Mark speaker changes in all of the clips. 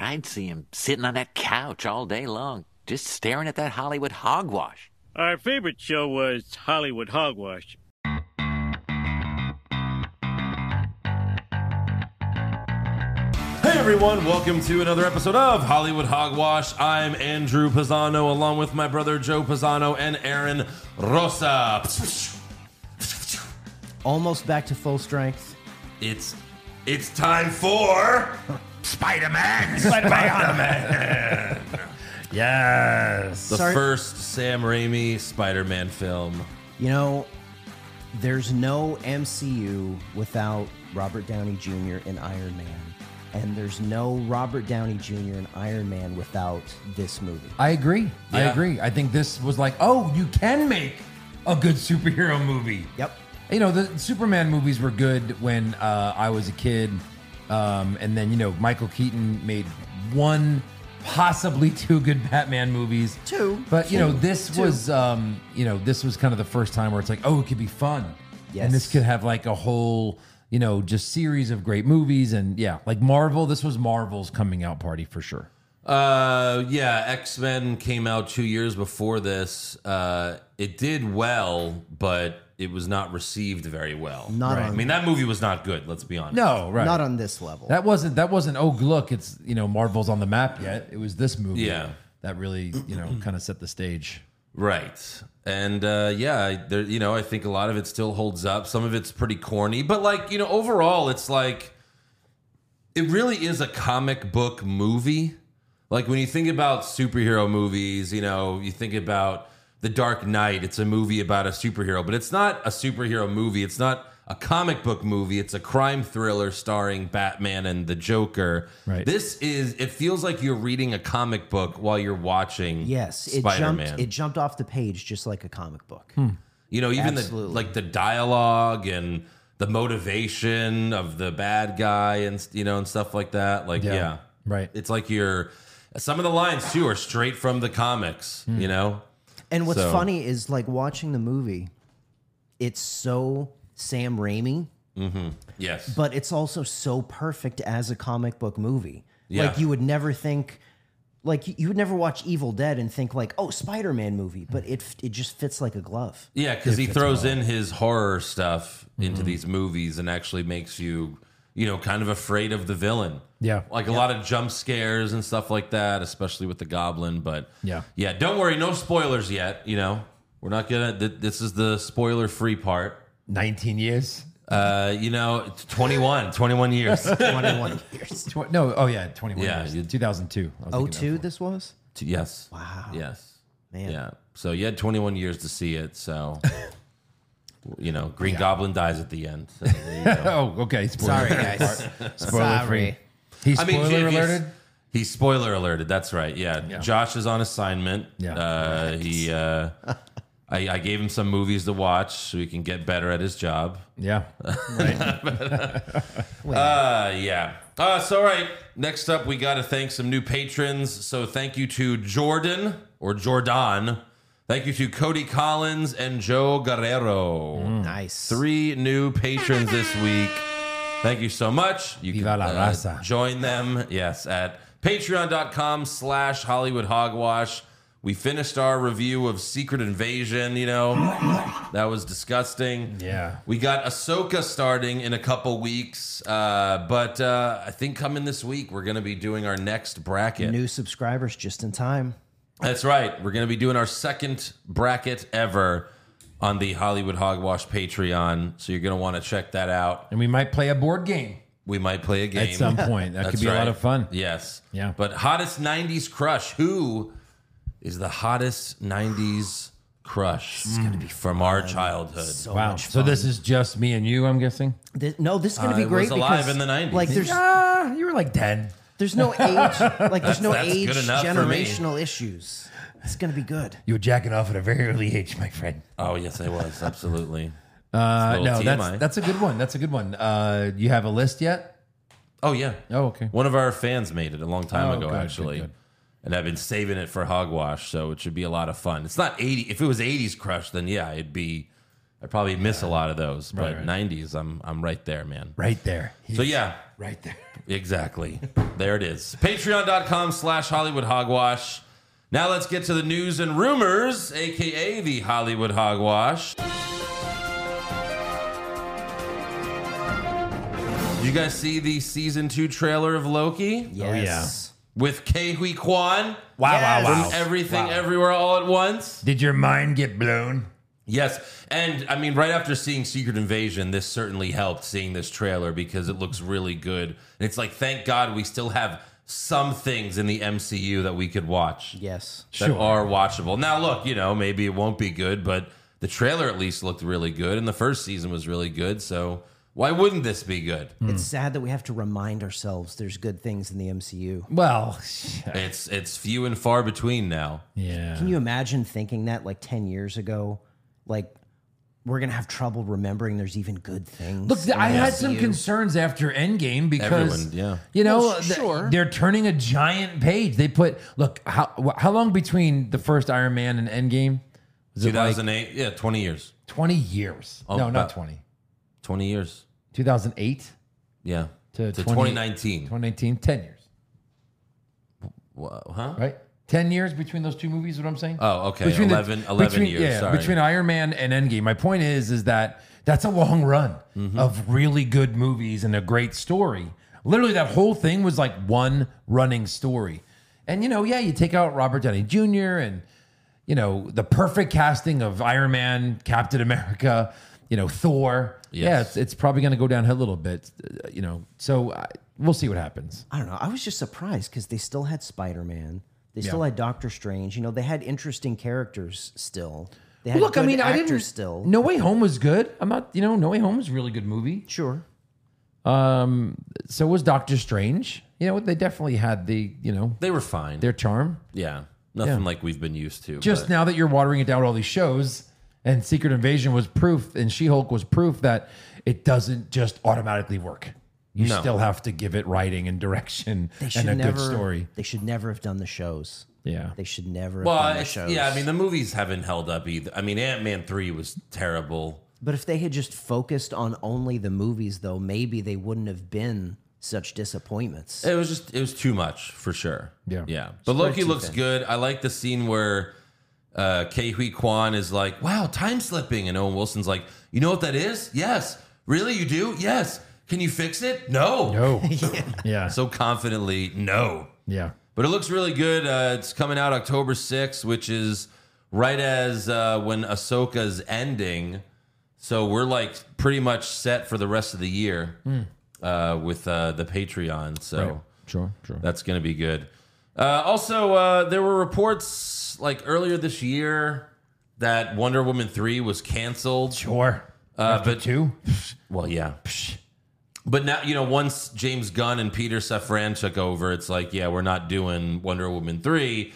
Speaker 1: I'd see him sitting on that couch all day long, just staring at that Hollywood hogwash.
Speaker 2: Our favorite show was Hollywood Hogwash.
Speaker 3: Hey everyone, welcome to another episode of Hollywood Hogwash. I'm Andrew Pisano along with my brother Joe Pisano and Aaron Rosa.
Speaker 4: almost back to full strength.
Speaker 3: It's it's time for Spider-Man. Spider-Man.
Speaker 4: Yes.
Speaker 3: the
Speaker 4: Sorry,
Speaker 3: first Sam Raimi Spider-Man film.
Speaker 4: you know, there's no MCU without Robert Downey Jr. and Iron Man, and there's no Robert Downey Jr. and Iron Man without this movie.
Speaker 5: I agree. I
Speaker 3: Yeah.
Speaker 5: agree. I think this was like, oh, you can make a good superhero movie.
Speaker 4: Yep.
Speaker 5: You know, the Superman movies were good when uh, I was a kid. Um, and then, you know, Michael Keaton made one, possibly two good Batman movies.
Speaker 4: Two.
Speaker 5: But, you know, this
Speaker 4: Two.
Speaker 5: was, um, you know, this was kind of the first time where it's like, oh, it could be fun.
Speaker 4: Yes.
Speaker 5: And this could have like a whole, you know, just series of great movies. And yeah, like Marvel, this was Marvel's coming out party for sure.
Speaker 3: Uh, yeah, X Men came out two years before this. Uh, it did well, but it was not received very well.
Speaker 4: Not
Speaker 3: I
Speaker 4: on-
Speaker 3: mean, that movie was not good. Let's be honest.
Speaker 5: No, right.
Speaker 4: Not on this level.
Speaker 5: That wasn't that wasn't oh look it's you know Marvel's on the map yet. It was this movie.
Speaker 3: Yeah.
Speaker 5: That really, you know, kind of set the stage.
Speaker 3: Right. And uh, yeah, I- there, you know, I think a lot of it still holds up. Some of it's pretty corny, but like, you know, overall, it's like it really is a comic book movie. Like when you think about superhero movies, you know, you think about The Dark Knight, it's a movie about a superhero, but it's not a superhero movie. It's not a comic book movie. It's a crime thriller starring Batman and the Joker.
Speaker 5: Right.
Speaker 3: This is it feels like you're reading a comic book while you're watching
Speaker 4: yes, it
Speaker 3: Spider-Man.
Speaker 4: jumped. It jumped off the page just like a comic book.
Speaker 3: You know, even the
Speaker 4: Absolutely.
Speaker 3: like the dialogue and the motivation of the bad guy and you know and stuff like that. Like yeah.
Speaker 5: Yeah. Right.
Speaker 3: It's like you're some of the lines too are straight from the comics, you know?
Speaker 4: And what's
Speaker 3: So-
Speaker 4: funny is like watching the movie, it's so Sam Raimi,
Speaker 3: Yes.
Speaker 4: but it's also so perfect as a comic book movie.
Speaker 3: Yeah.
Speaker 4: Like you would never think, like you- you would never watch Evil Dead and think like, oh, Spider Man movie, but it f- it just fits like a glove.
Speaker 3: yeah, because he throws in his horror stuff into these movies and actually makes you, you know, kind of afraid of the villain.
Speaker 5: Yeah.
Speaker 3: Like a lot of jump scares and stuff like that, especially with the goblin. But
Speaker 5: Yeah.
Speaker 3: yeah, don't worry, no spoilers yet, you know. We're not gonna th- this is the spoiler free part.
Speaker 5: 19 years.
Speaker 3: Uh, you know, it's 21, 21 years.
Speaker 4: Twenty one years.
Speaker 5: Tw- no, oh yeah, 21
Speaker 3: Yeah,
Speaker 5: years.
Speaker 3: you-
Speaker 5: 2002. I was
Speaker 4: Oh
Speaker 5: thinking of-
Speaker 4: two, this was
Speaker 3: yes.
Speaker 4: Wow.
Speaker 3: Yes.
Speaker 4: man.
Speaker 3: Yeah. So you had 21 years to see it. So, you know, Green Goblin dies at the end. So there you go.
Speaker 5: Oh, okay. Spoiler Sorry, guys. Spoiler free. He's
Speaker 3: I
Speaker 5: spoiler
Speaker 3: mean, if you-
Speaker 5: alerted.
Speaker 3: He's spoiler alerted. That's right. Yeah. Josh is on assignment.
Speaker 5: Yeah.
Speaker 3: Uh, he, uh, I, I gave him some movies to watch so he can get better at his job.
Speaker 5: Yeah.
Speaker 3: Uh, yeah. Uh, so, all right. Next up, we got to thank some new patrons. So, thank you to Jordan or Jordan. Thank you to Cody Collins and Joe Guerrero.
Speaker 5: Mm.
Speaker 4: Nice.
Speaker 3: Three new patrons this week. Thank you so much. You uh,
Speaker 5: Viva la raza.
Speaker 3: join them, yes, at patreon.com slash Hollywood Hogwash. We finished our review of Secret Invasion, you know. that was disgusting.
Speaker 5: Yeah.
Speaker 3: We got Ahsoka starting in a couple weeks, uh, but uh, I think coming this week we're going to be doing our next bracket.
Speaker 4: New subscribers just in time.
Speaker 3: That's right, we're going to be doing our second bracket ever on the Hollywood Hogwash Patreon. So you're going to want to check that out.
Speaker 5: And we might play a board game
Speaker 3: We might play a game
Speaker 5: at some point. That could
Speaker 3: That's
Speaker 5: be a
Speaker 3: right.
Speaker 5: lot of fun.
Speaker 3: Yes.
Speaker 5: Yeah.
Speaker 3: But hottest '90s crush. Who is the hottest '90s crush from our childhood?
Speaker 4: So
Speaker 5: Wow.
Speaker 4: much
Speaker 5: So
Speaker 4: fun.
Speaker 5: this is just me and you, I'm guessing?
Speaker 4: This- no, this is gonna
Speaker 3: I
Speaker 4: be
Speaker 3: was
Speaker 4: great.
Speaker 3: alive
Speaker 4: because,
Speaker 3: in the 90s.
Speaker 4: Like there's
Speaker 5: Ah, you were like 10.
Speaker 4: there's no age like there's no
Speaker 3: that's
Speaker 4: age
Speaker 3: good enough for me.
Speaker 4: generational issues. It's gonna be good.
Speaker 5: You were jacking off at a very early age, my friend.
Speaker 3: oh yes, I was absolutely.
Speaker 5: Uh,
Speaker 3: It's a
Speaker 5: no,
Speaker 3: little TMI.
Speaker 5: that's that's a good one. That's a good one. Uh, you have a list yet?
Speaker 3: Oh yeah.
Speaker 5: Oh, okay.
Speaker 3: One of our fans made it a long time
Speaker 5: Oh,
Speaker 3: ago,
Speaker 5: good, good,
Speaker 3: actually.
Speaker 5: good.
Speaker 3: And I've been saving it for Hogwash, so it should be a lot of fun. It's not 80. If it was 80s Crush, then yeah, it'd be I probably miss a lot of those, but
Speaker 5: right.
Speaker 3: 90s, I'm I'm right there, man.
Speaker 5: Right there. He's
Speaker 3: So yeah,
Speaker 5: right there.
Speaker 3: Exactly. there it is. Patreon.com slash Hollywood Hogwash. Now let's get to the news and rumors, aka the Hollywood Hogwash. Did you guys see the season two trailer of Loki?
Speaker 4: Yes.
Speaker 3: With K Hui Kwan?
Speaker 5: Wow, wow, wow.
Speaker 4: Yes.
Speaker 3: Everything everywhere all at once?
Speaker 5: Did your mind get blown?
Speaker 3: Yes. And I mean, right after seeing Secret Invasion, this certainly helped seeing this trailer because it looks really good. And it's like, thank God we still have some things in the MCU that we could watch
Speaker 4: Yes.
Speaker 3: that are watchable. Now, look, you know, maybe it won't be good, but the trailer at least looked really good. And the first season was really good. So why wouldn't this be good?
Speaker 5: Mm.
Speaker 4: It's sad that we have to remind ourselves there's good things in the MCU.
Speaker 5: Well,
Speaker 3: It's it's few and far between now.
Speaker 5: yeah.
Speaker 4: Can you imagine thinking that like 10 years ago? Like, we're going to have trouble remembering there's even good things.
Speaker 5: Look, th-
Speaker 4: in
Speaker 5: I
Speaker 4: the
Speaker 5: had some
Speaker 4: MCU.
Speaker 5: concerns after Endgame because
Speaker 3: Everyone, yeah.
Speaker 5: you know
Speaker 4: Well,
Speaker 5: th-
Speaker 4: sure.
Speaker 5: they're turning a giant page. They put look how wh- how long between the first Iron Man and Endgame? Was it like
Speaker 3: 2008, yeah, 20 years.
Speaker 5: twenty years?
Speaker 3: Oh,
Speaker 5: no, not
Speaker 3: uh,
Speaker 5: twenty.
Speaker 3: 20 years.
Speaker 5: Two thousand eight,
Speaker 3: Yeah.
Speaker 5: To
Speaker 3: To,
Speaker 5: 20
Speaker 3: 2019.
Speaker 5: twenty nineteen. Ten years,
Speaker 3: Wha- huh?
Speaker 5: right? Ten years between those two movies. What I'm saying?
Speaker 3: Uh-huh. Oh, okay.
Speaker 5: the-
Speaker 3: 11, 11
Speaker 5: between-
Speaker 3: years.
Speaker 5: Yeah,
Speaker 3: sorry.
Speaker 5: between Iron Man and Endgame. My point is, is that that's a long run
Speaker 3: Mm-hmm.
Speaker 5: of really good movies and a great story. Literally, that whole thing was like one running story. And you know, yeah, you take out Robert Downey Jr. and you know the perfect casting of Iron Man, Captain America, you know Thor. Yeah,
Speaker 3: Yes.
Speaker 5: it's, it's probably going to go downhill a little bit. uh, You know, so I, we'll see what happens.
Speaker 4: I don't know. I was just surprised because they still had Spider Man. They still
Speaker 5: Yeah.
Speaker 4: had Doctor Strange. You know, they had interesting characters still. They had
Speaker 5: Look, I
Speaker 4: good
Speaker 5: mean, I
Speaker 4: actors
Speaker 5: didn't.
Speaker 4: still.
Speaker 5: No Way Home was good. I'm not. You know, No Way Home was a really good movie.
Speaker 4: Sure.
Speaker 5: Um, so was Doctor Strange. You know, they definitely had the, you know,
Speaker 3: They were fine.
Speaker 5: their charm.
Speaker 3: yeah. Nothing like we've been used to.
Speaker 5: Just
Speaker 3: but-
Speaker 5: now that you're watering it down with all these shows, and Secret Invasion was proof, and She Hulk was proof that it doesn't just automatically work. You
Speaker 3: No.
Speaker 5: still have to give it writing and direction
Speaker 4: They should
Speaker 5: and a
Speaker 4: never,
Speaker 5: good story.
Speaker 4: They should never have done the shows.
Speaker 5: Yeah.
Speaker 4: They should never have
Speaker 3: well,
Speaker 4: done the
Speaker 3: it's-
Speaker 4: shows.
Speaker 3: yeah. I mean, the movies haven't held up either. I mean, Ant Man three was terrible.
Speaker 4: But if they had just focused on only the movies, though, maybe they wouldn't have been such disappointments.
Speaker 5: Eh.
Speaker 3: It was just it was too much for sure.
Speaker 5: Yeah.
Speaker 3: yeah. But Loki looks good. I like the scene where uh, K. Hui Kwan is like, "Wow, time slipping," and Owen Wilson's like, "You know what that is? Yes, really, you do? Yes. Can you fix it? No.
Speaker 5: Oh, yeah,
Speaker 3: So confidently, no.
Speaker 5: yeah.
Speaker 3: But it looks really good. Uh, it's coming out October 6th, which is right as uh, when Ahsoka's ending. So we're like pretty much set for the rest of the year uh, with uh, the Patreon. So
Speaker 5: Sure, sure.
Speaker 3: that's going to be good. Uh, also, uh, there were reports like earlier this year that Wonder Woman 3 was canceled.
Speaker 5: Sure.
Speaker 3: Uh, but
Speaker 5: Two.
Speaker 3: well, yeah. But now, you know, once James Gunn and Peter Safran took over, it's like, yeah, we're not doing Wonder Woman 3.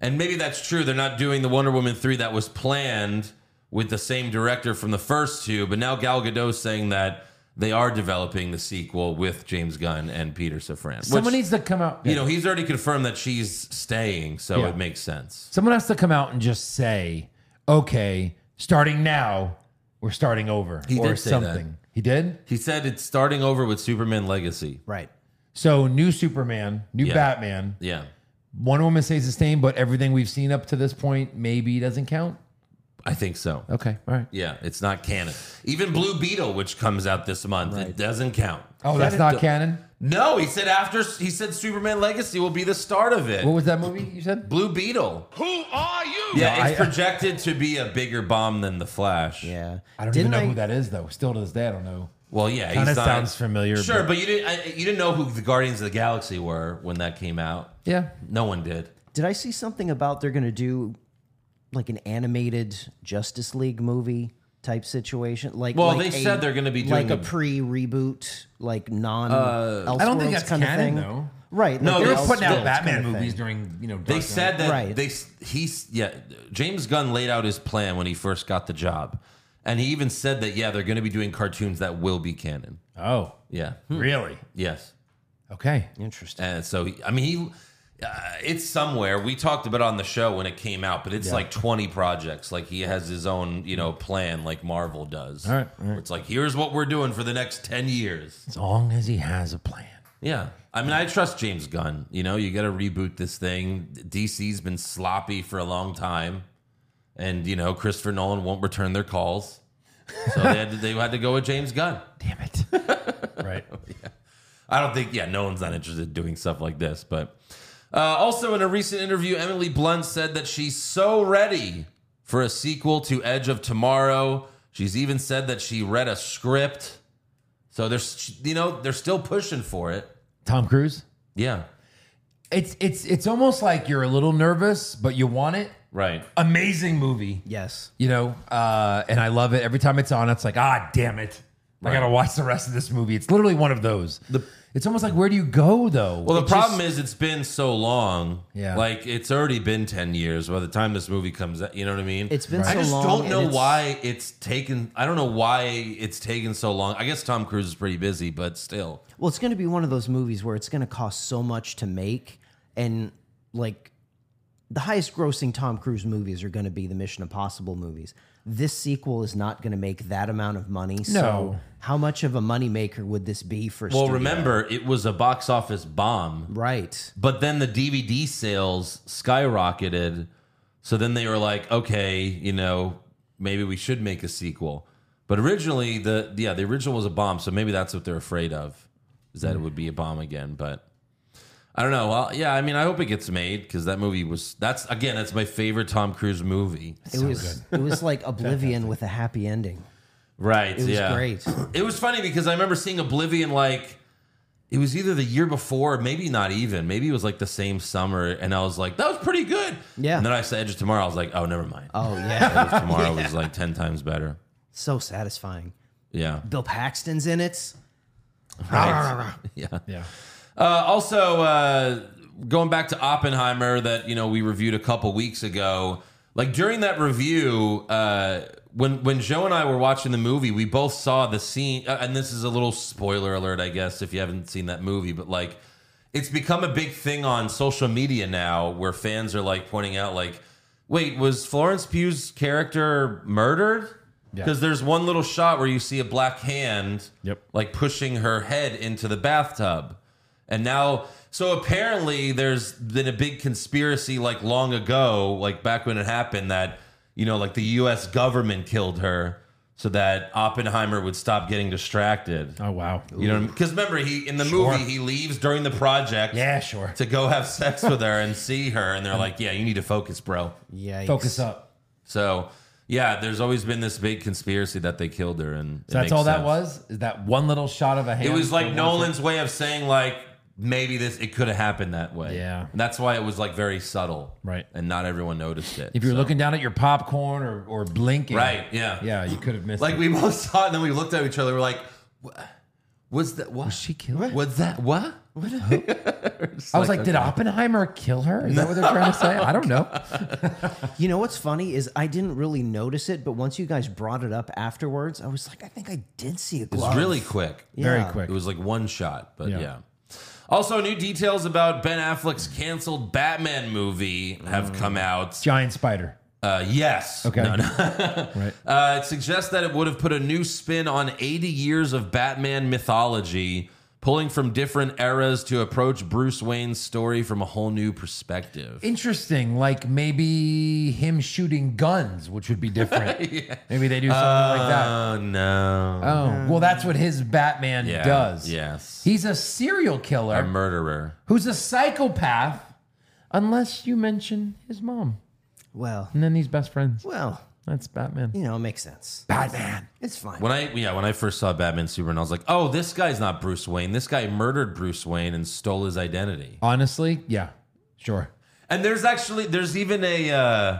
Speaker 3: And maybe that's true. They're not doing the Wonder Woman 3 that was planned with the same director from the first two. But now Gal Gadot's saying that they are developing the sequel with James Gunn and Peter Safran.
Speaker 5: Someone
Speaker 3: which,
Speaker 5: needs to come out.
Speaker 3: you know, he's already confirmed that she's staying, so
Speaker 5: Yeah.
Speaker 3: it makes sense.
Speaker 5: Someone has to come out and just say, "Okay, starting now, we're starting over,"
Speaker 3: He
Speaker 5: or
Speaker 3: did say that.
Speaker 5: something. He did.
Speaker 3: He said it's starting over with Superman Legacy.
Speaker 4: right.
Speaker 5: So new Superman, new
Speaker 3: Yeah.
Speaker 5: Batman.
Speaker 3: Yeah.
Speaker 5: One Woman stays the same, but everything we've seen up to this point maybe doesn't count.
Speaker 3: I think so.
Speaker 5: Okay, all right.
Speaker 3: Yeah, it's not canon. Even Blue Beetle, which comes out this month, it doesn't count.
Speaker 5: Oh, that's not canon.
Speaker 3: No, he said after he said Superman Legacy will be the start of it.
Speaker 5: What was that movie you said?
Speaker 3: Blue Beetle. Who are you?
Speaker 5: No,
Speaker 3: Yeah, it's
Speaker 5: I-
Speaker 3: projected to be a bigger bomb than the Flash.
Speaker 4: Yeah.
Speaker 5: I don't
Speaker 4: Didn't
Speaker 5: even know who that is though. Still to this day, I don't know.
Speaker 3: Well, yeah,
Speaker 5: Kinda
Speaker 3: he's not-
Speaker 5: sounds familiar,
Speaker 3: Sure,
Speaker 5: but-
Speaker 3: but, you didn't I, you didn't know who the Guardians of the Galaxy were when that came out.
Speaker 5: Yeah.
Speaker 3: No one did.
Speaker 4: Did I see something about they're going to do like an animated Justice League movie type situation? Like,
Speaker 3: Well,
Speaker 4: like
Speaker 3: they said they're gonna be
Speaker 4: like
Speaker 3: doing
Speaker 4: a
Speaker 3: a-
Speaker 4: pre-reboot, like non.
Speaker 5: I don't think that's
Speaker 4: kind
Speaker 5: canon
Speaker 4: of thing.
Speaker 5: though.
Speaker 4: Right.
Speaker 3: No,
Speaker 4: like
Speaker 3: they
Speaker 5: They
Speaker 3: were
Speaker 5: were
Speaker 4: Elseworlds
Speaker 5: Uh, putting out
Speaker 3: still-
Speaker 5: Batman
Speaker 4: kinda
Speaker 5: movies
Speaker 4: thing.
Speaker 5: during you know. Dark
Speaker 3: They
Speaker 5: Knight.
Speaker 3: said that
Speaker 4: Right.
Speaker 3: they he's yeah. James Gunn laid out his plan when he first got the job, and he even said that yeah, they're going to be doing cartoons that will be canon.
Speaker 5: Oh,
Speaker 3: Yeah.
Speaker 5: really?
Speaker 3: Yes.
Speaker 5: Okay.
Speaker 4: Interesting.
Speaker 3: And so, he- I mean, he uh, it's somewhere. We talked about it on the show when it came out, but it's like 20 projects. Like he has his own, you know, plan like Marvel does.
Speaker 5: All right, all right.
Speaker 3: Where It's like, here's what we're doing for the next 10 years.
Speaker 5: As long as he has a plan.
Speaker 3: Yeah. I mean, I trust James Gunn. You know, you got to reboot this thing. DC's been sloppy for a long time. And, you know, Christopher Nolan won't return their calls. So they had to, they had to go with James Gunn.
Speaker 5: Damn it. right.
Speaker 3: I don't think, yeah, no one's not interested in doing stuff like this. But uh, also, in a recent interview, Emily Blunt said that she's so ready for a sequel to Edge of Tomorrow. She's even said that she read a script. So there's, you know, they're still pushing for it.
Speaker 5: Tom Cruise?
Speaker 3: Yeah,
Speaker 5: It's it's it's almost like you're a little nervous, but you want it.
Speaker 3: right.
Speaker 5: Amazing movie.
Speaker 4: Yes.
Speaker 5: You know, uh, and I love it. Every time it's on, it's like, ah, damn it. I gotta watch the rest of this movie. It's literally one of those. it's almost like where do you go though?
Speaker 3: Well, the problem is it's been so long.
Speaker 5: Yeah.
Speaker 3: Like it's already been 10 years by the time this movie comes out. You know what I mean?
Speaker 4: It's been
Speaker 3: I
Speaker 4: so
Speaker 3: just
Speaker 4: long,
Speaker 3: don't
Speaker 4: and
Speaker 3: know
Speaker 4: it's-
Speaker 3: why it's taken. I don't know why it's taken so long. I guess Tom Cruise is pretty busy, but still.
Speaker 4: Well, it's going to be one of those movies where it's going to cost so much to make, and like the highest grossing Tom Cruise movies are going to be the Mission Impossible movies. This sequel is not going to make that amount of money. So
Speaker 5: No.
Speaker 4: how much of a moneymaker would this be for?
Speaker 3: Well,
Speaker 4: studio?
Speaker 3: remember, it was a box office bomb,
Speaker 4: right?
Speaker 3: but then the DVD sales skyrocketed. So then they were like, okay, you know, maybe we should make a sequel. But originally, the yeah, the original was a bomb, so maybe that's what they're afraid of, is that it would be a bomb again. But I don't know. Well, yeah, I mean, I hope it gets made because that movie was that's again, that's my favorite Tom Cruise movie.
Speaker 4: It was it was like Oblivion with a happy ending.
Speaker 3: Right?
Speaker 4: It was
Speaker 3: yeah,
Speaker 4: great.
Speaker 3: It was funny because I remember seeing Oblivion like it was either the year before, maybe not even, maybe it was like the same summer, and I was like, that was pretty good.
Speaker 4: Yeah.
Speaker 3: And then I saw Edge of Tomorrow. I was like, oh, never mind.
Speaker 4: Oh yeah,
Speaker 3: Edge of Tomorrow was like ten times better.
Speaker 4: so satisfying.
Speaker 3: Yeah.
Speaker 4: Bill Paxton's in it.
Speaker 5: yeah.
Speaker 3: Uh, also, uh, going back to Oppenheimer that you know we reviewed a couple weeks ago. Like during that review, uh, when when Joe and I were watching the movie, we both saw the scene. Uh, and this is a little spoiler alert, I guess, if you haven't seen that movie. But like, it's become a big thing on social media now, where fans are like pointing out, like, "Wait, was Florence Pugh's character murdered?" Because there's one little shot where you see a black hand,
Speaker 5: Yep.
Speaker 3: like pushing her head into the bathtub. And now, so apparently, there's been a big conspiracy like long ago, like back when it happened, that, you know, like the US government killed her so that Oppenheimer would stop getting distracted.
Speaker 5: Oh wow.
Speaker 3: You know, because remember, he in the
Speaker 5: Sure.
Speaker 3: movie, he leaves during the project
Speaker 5: Yeah, sure.
Speaker 3: to go have sex with her and see her. And they're like, yeah, you need to focus, bro.
Speaker 4: Yikes.
Speaker 5: Focus up.
Speaker 3: So, yeah, there's always been this big conspiracy that they killed her. And it
Speaker 5: So that's
Speaker 3: makes
Speaker 5: all that
Speaker 3: sense.
Speaker 5: was? Is that one little shot of a hand?
Speaker 3: It was like
Speaker 5: for one
Speaker 3: Nolan's way of saying like maybe this it could have happened that way.
Speaker 5: Yeah.
Speaker 3: And that's why it was like very subtle.
Speaker 5: Right.
Speaker 3: And not everyone noticed it.
Speaker 5: If you're looking down at your popcorn or, or blinking,
Speaker 3: Right, yeah.
Speaker 5: yeah, you could have missed.
Speaker 3: like
Speaker 5: it.
Speaker 3: we both saw it and then we looked at each other, we're like, "Wha- was that what?
Speaker 5: she killed. I
Speaker 3: Was that what?
Speaker 5: was like, did Oppenheimer kill her? Is that what they're trying to say? I don't know.
Speaker 4: You know what's funny is I didn't really notice it, but once you guys brought it up afterwards, I was like, I think I did see a
Speaker 3: It
Speaker 4: glove.
Speaker 3: was really quick.
Speaker 5: Very
Speaker 4: Yeah.
Speaker 5: quick.
Speaker 3: It was like one shot, but yeah.
Speaker 5: Yeah.
Speaker 3: Also, new details about Ben Affleck's canceled Batman movie have come out.
Speaker 5: Giant spider.
Speaker 3: Uh, yes.
Speaker 5: Okay.
Speaker 3: No, no.
Speaker 5: Right.
Speaker 3: Uh, it suggests that it would have put a new spin on 80 years of Batman mythology, pulling from different eras to approach Bruce Wayne's story from a whole new perspective.
Speaker 5: Interesting. Like maybe him shooting guns, which would be different. Maybe they do something like that.
Speaker 3: Oh no!
Speaker 5: Oh, well, that's what his Batman
Speaker 3: Yeah,
Speaker 5: does.
Speaker 3: yes.
Speaker 5: He's a serial killer
Speaker 3: A murderer.
Speaker 5: who's a psychopath, unless you mention his mom.
Speaker 4: Well,
Speaker 5: And then he's best friends.
Speaker 4: well,
Speaker 5: That's Batman.
Speaker 4: you know, it makes sense.
Speaker 5: Batman.
Speaker 4: It's fine.
Speaker 3: When I yeah when I first saw Batman Superman, I was like, oh, this guy's not Bruce Wayne. This guy murdered Bruce Wayne and stole his identity.
Speaker 5: Honestly, yeah, sure.
Speaker 3: And there's actually there's even a uh,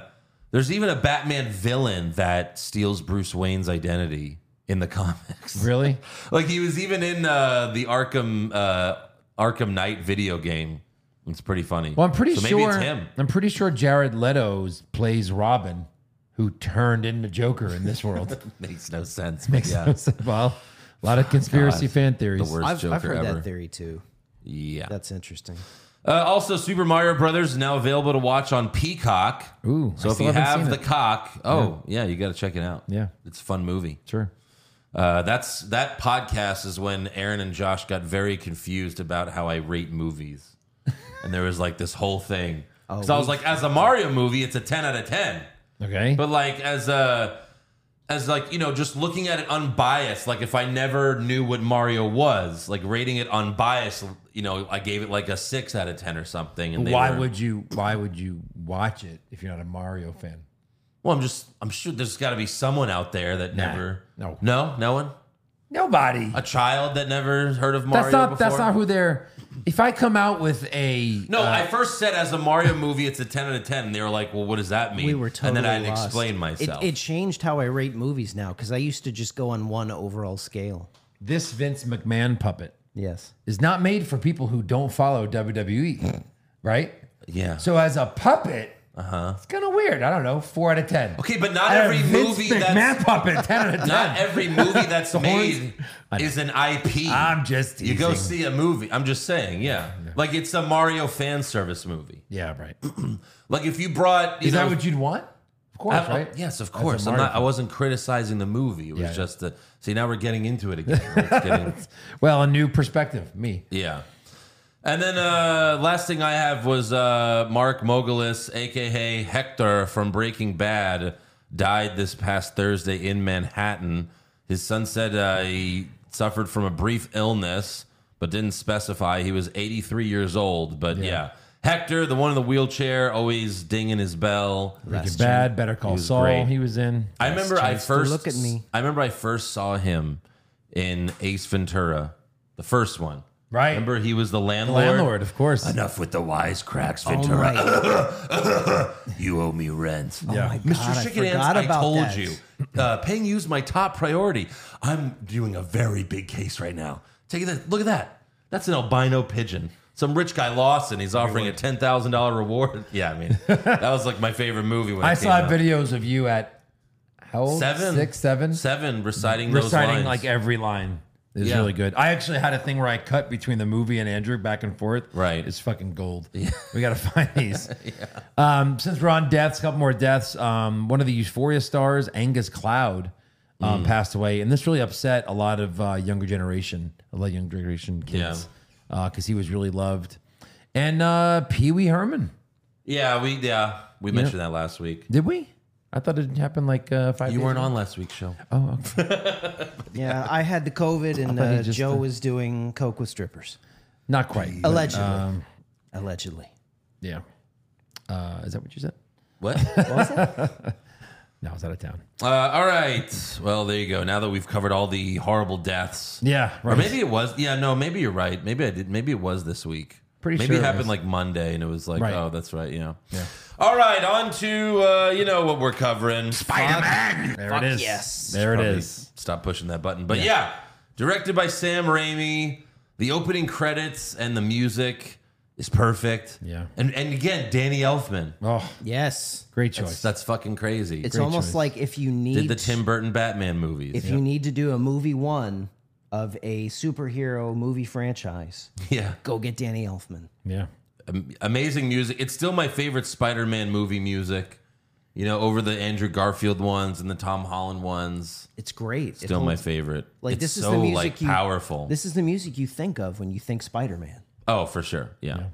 Speaker 3: there's even a Batman villain that steals Bruce Wayne's identity in the comics.
Speaker 5: Really?
Speaker 3: Like he was even in uh, the Arkham uh, Arkham Knight video game. It's pretty funny.
Speaker 5: Well, I'm pretty
Speaker 3: so
Speaker 5: sure.
Speaker 3: Maybe it's him.
Speaker 5: I'm pretty sure Jared Leto's plays Robin, who turned into Joker in this world.
Speaker 3: Makes no sense.
Speaker 5: Makes
Speaker 3: but yeah,
Speaker 5: sense. Well, a lot of conspiracy
Speaker 3: God.
Speaker 5: fan theories.
Speaker 3: the worst
Speaker 4: I've,
Speaker 3: Joker
Speaker 4: I've heard
Speaker 3: ever.
Speaker 4: that theory too.
Speaker 3: Yeah.
Speaker 4: That's interesting.
Speaker 3: Uh, also, Super Mario Brothers is now available to watch on Peacock.
Speaker 5: Ooh, I
Speaker 3: so if
Speaker 5: still
Speaker 3: you
Speaker 5: haven't
Speaker 3: have
Speaker 5: seen
Speaker 3: the
Speaker 5: it.
Speaker 3: cock, oh yeah, you got to check it out.
Speaker 5: Yeah.
Speaker 3: it's a fun movie.
Speaker 5: Sure.
Speaker 3: Uh, that's that podcast is when Aaron and Josh got very confused about how I rate movies, and there was like this whole thing. Because I was like, as a Mario movie, it's a ten out of ten,
Speaker 5: Okay.
Speaker 3: but like as a as like you know, just looking at it unbiased. Like if I never knew what Mario was, like rating it unbiased, you know, I gave it like a six out of ten or something. And they
Speaker 5: why
Speaker 3: were-
Speaker 5: would you? Why would you watch it if you're not a Mario fan?
Speaker 3: Well, I'm just I'm sure there's got to be someone out there that
Speaker 5: Nah.
Speaker 3: never
Speaker 5: No.
Speaker 3: no no one
Speaker 5: Nobody.
Speaker 3: a child that never heard of Mario.
Speaker 5: that's not.
Speaker 3: Before?
Speaker 5: That's not Uh, who they're. If I come out with a
Speaker 3: No, I first said as a Mario movie, it's a ten out of ten. And they were like, "Well, what does that mean?"
Speaker 4: We were totally
Speaker 3: and then I'd
Speaker 4: lost.
Speaker 3: explain
Speaker 4: It-
Speaker 3: myself.
Speaker 4: It, changed how I rate movies now because I used to just go on one overall scale.
Speaker 5: this Vince McMahon puppet
Speaker 4: Yes.
Speaker 5: is not made for people who don't follow WWE, right?
Speaker 3: yeah.
Speaker 5: So as a puppet, uh-huh. it's kind of weird. I don't know. Four out of ten.
Speaker 3: okay, but not
Speaker 5: I have
Speaker 3: every
Speaker 5: Vince
Speaker 3: movie
Speaker 5: McMahon
Speaker 3: that's
Speaker 5: puppet. Ten out of ten.
Speaker 3: not every movie that's made
Speaker 5: I know.
Speaker 3: is an IP.
Speaker 5: I'm just
Speaker 3: you go
Speaker 5: teasing.
Speaker 3: see a movie. I'm just saying, yeah. Like it's a Mario fan service movie.
Speaker 5: Yeah, right.
Speaker 3: Like if you brought, you
Speaker 5: Is
Speaker 3: know,
Speaker 5: that what you'd want? Of course,
Speaker 3: I-
Speaker 5: right?
Speaker 3: Yes, of
Speaker 5: That's a
Speaker 3: course. I'm
Speaker 5: Mario
Speaker 3: not, I wasn't criticizing the movie. It was
Speaker 5: Yeah.
Speaker 3: just the see. Now we're getting into it again. It's getting-
Speaker 5: Well, a new perspective, me.
Speaker 3: Yeah. And then uh, last thing I have was uh, Mark Mogulis, aka Hector from Breaking Bad, died this past Thursday in Manhattan. His son said uh, he suffered from a brief illness, but didn't specify. He was 83 years old, but yeah. Hector, the one in the wheelchair, always dinging his bell.
Speaker 5: Breaking
Speaker 4: Last
Speaker 5: Bad, Better Call
Speaker 3: was
Speaker 5: Saul.
Speaker 3: great.
Speaker 5: He was in.
Speaker 3: I remember I
Speaker 4: chance to
Speaker 3: first
Speaker 4: look at me.
Speaker 3: I remember I first saw him in Ace Ventura, the first one.
Speaker 5: Right.
Speaker 3: Remember he was the landlord.
Speaker 5: Landlord, of course.
Speaker 3: Enough with the wisecracks,
Speaker 4: Oh
Speaker 3: Ventura.
Speaker 4: my,
Speaker 3: You owe me rent.
Speaker 4: oh my God,
Speaker 3: Mr.
Speaker 4: I
Speaker 3: Chicken Ants,
Speaker 4: forgot
Speaker 3: I
Speaker 4: about
Speaker 3: told
Speaker 4: that.
Speaker 3: you, uh, paying you's my top priority. I'm doing a very big case right now. Take that. Look at that. That's an albino pigeon. Some rich guy lost, and he's offering a ten thousand dollar reward. Yeah, I mean, that was like my favorite movie when
Speaker 5: I
Speaker 3: it came
Speaker 5: saw
Speaker 3: out.
Speaker 5: videos of you at how old?
Speaker 3: seven,
Speaker 5: Six, seven?
Speaker 3: seven, reciting,
Speaker 5: Reciting
Speaker 3: those lines.
Speaker 5: like every line. Is
Speaker 3: Yeah.
Speaker 5: really good. I actually had a thing where I cut between the movie and Andrew back and forth.
Speaker 3: Right.
Speaker 5: It's fucking gold. We got to find these. um, since we're on deaths, a couple more deaths. Um, one of the Euphoria stars, Angus Cloud, um,
Speaker 3: Mm.
Speaker 5: passed away. And this really upset a lot of uh, younger generation, a lot of younger generation kids, because he was really loved. And uh, Pee Wee Herman.
Speaker 3: Yeah, we yeah we mentioned that last week.
Speaker 5: Did we? I thought it happened like uh, five
Speaker 3: You
Speaker 5: days
Speaker 3: weren't
Speaker 5: ago.
Speaker 3: on last week's show.
Speaker 4: Yeah, I had the COVID and
Speaker 5: thought he
Speaker 4: uh,
Speaker 5: just,
Speaker 4: Joe
Speaker 5: uh,
Speaker 4: was doing coke with strippers.
Speaker 5: Not quite. but,
Speaker 4: Allegedly.
Speaker 5: um,
Speaker 4: Allegedly.
Speaker 5: yeah. Uh, is that what you said?
Speaker 3: What?
Speaker 5: No, I was out of town.
Speaker 3: uh, all right. Well, there you go. Now that we've covered all the horrible deaths.
Speaker 5: Yeah,
Speaker 3: Or maybe it was. Yeah, no, maybe you're right. Maybe I did. Maybe it was this week.
Speaker 5: Pretty
Speaker 3: maybe
Speaker 5: sure
Speaker 3: it
Speaker 5: it
Speaker 3: happened
Speaker 5: was.
Speaker 3: like Monday, and it was like,
Speaker 5: Right.
Speaker 3: oh, that's right. Yeah. Yeah. All right, on to uh, you know what we're covering. Spider
Speaker 5: there it is.
Speaker 4: yes.
Speaker 5: There it is.
Speaker 3: Stop pushing that button. But yeah. directed by Sam Raimi. The opening credits and the music is perfect.
Speaker 5: Yeah.
Speaker 3: And and again, Danny Elfman.
Speaker 5: Oh,
Speaker 4: Yes.
Speaker 5: great
Speaker 3: That's,
Speaker 5: choice.
Speaker 3: that's fucking crazy.
Speaker 4: It's almost
Speaker 5: choice.
Speaker 4: like if you need
Speaker 3: Did the Tim Burton Batman movies.
Speaker 4: if you need to do a movie one of a superhero movie franchise,
Speaker 3: yeah.
Speaker 4: go get Danny Elfman.
Speaker 5: yeah.
Speaker 3: Am- amazing music. It's still my favorite Spider-Man movie music. You know, over the Andrew Garfield ones and the Tom Holland ones,
Speaker 4: It's great.
Speaker 3: still my favorite.
Speaker 4: like,
Speaker 3: It's
Speaker 4: this is
Speaker 3: so,
Speaker 4: the music
Speaker 3: like
Speaker 4: you-
Speaker 3: powerful.
Speaker 4: This is the music you think of when you think Spider Man.
Speaker 3: oh, for sure. Yeah.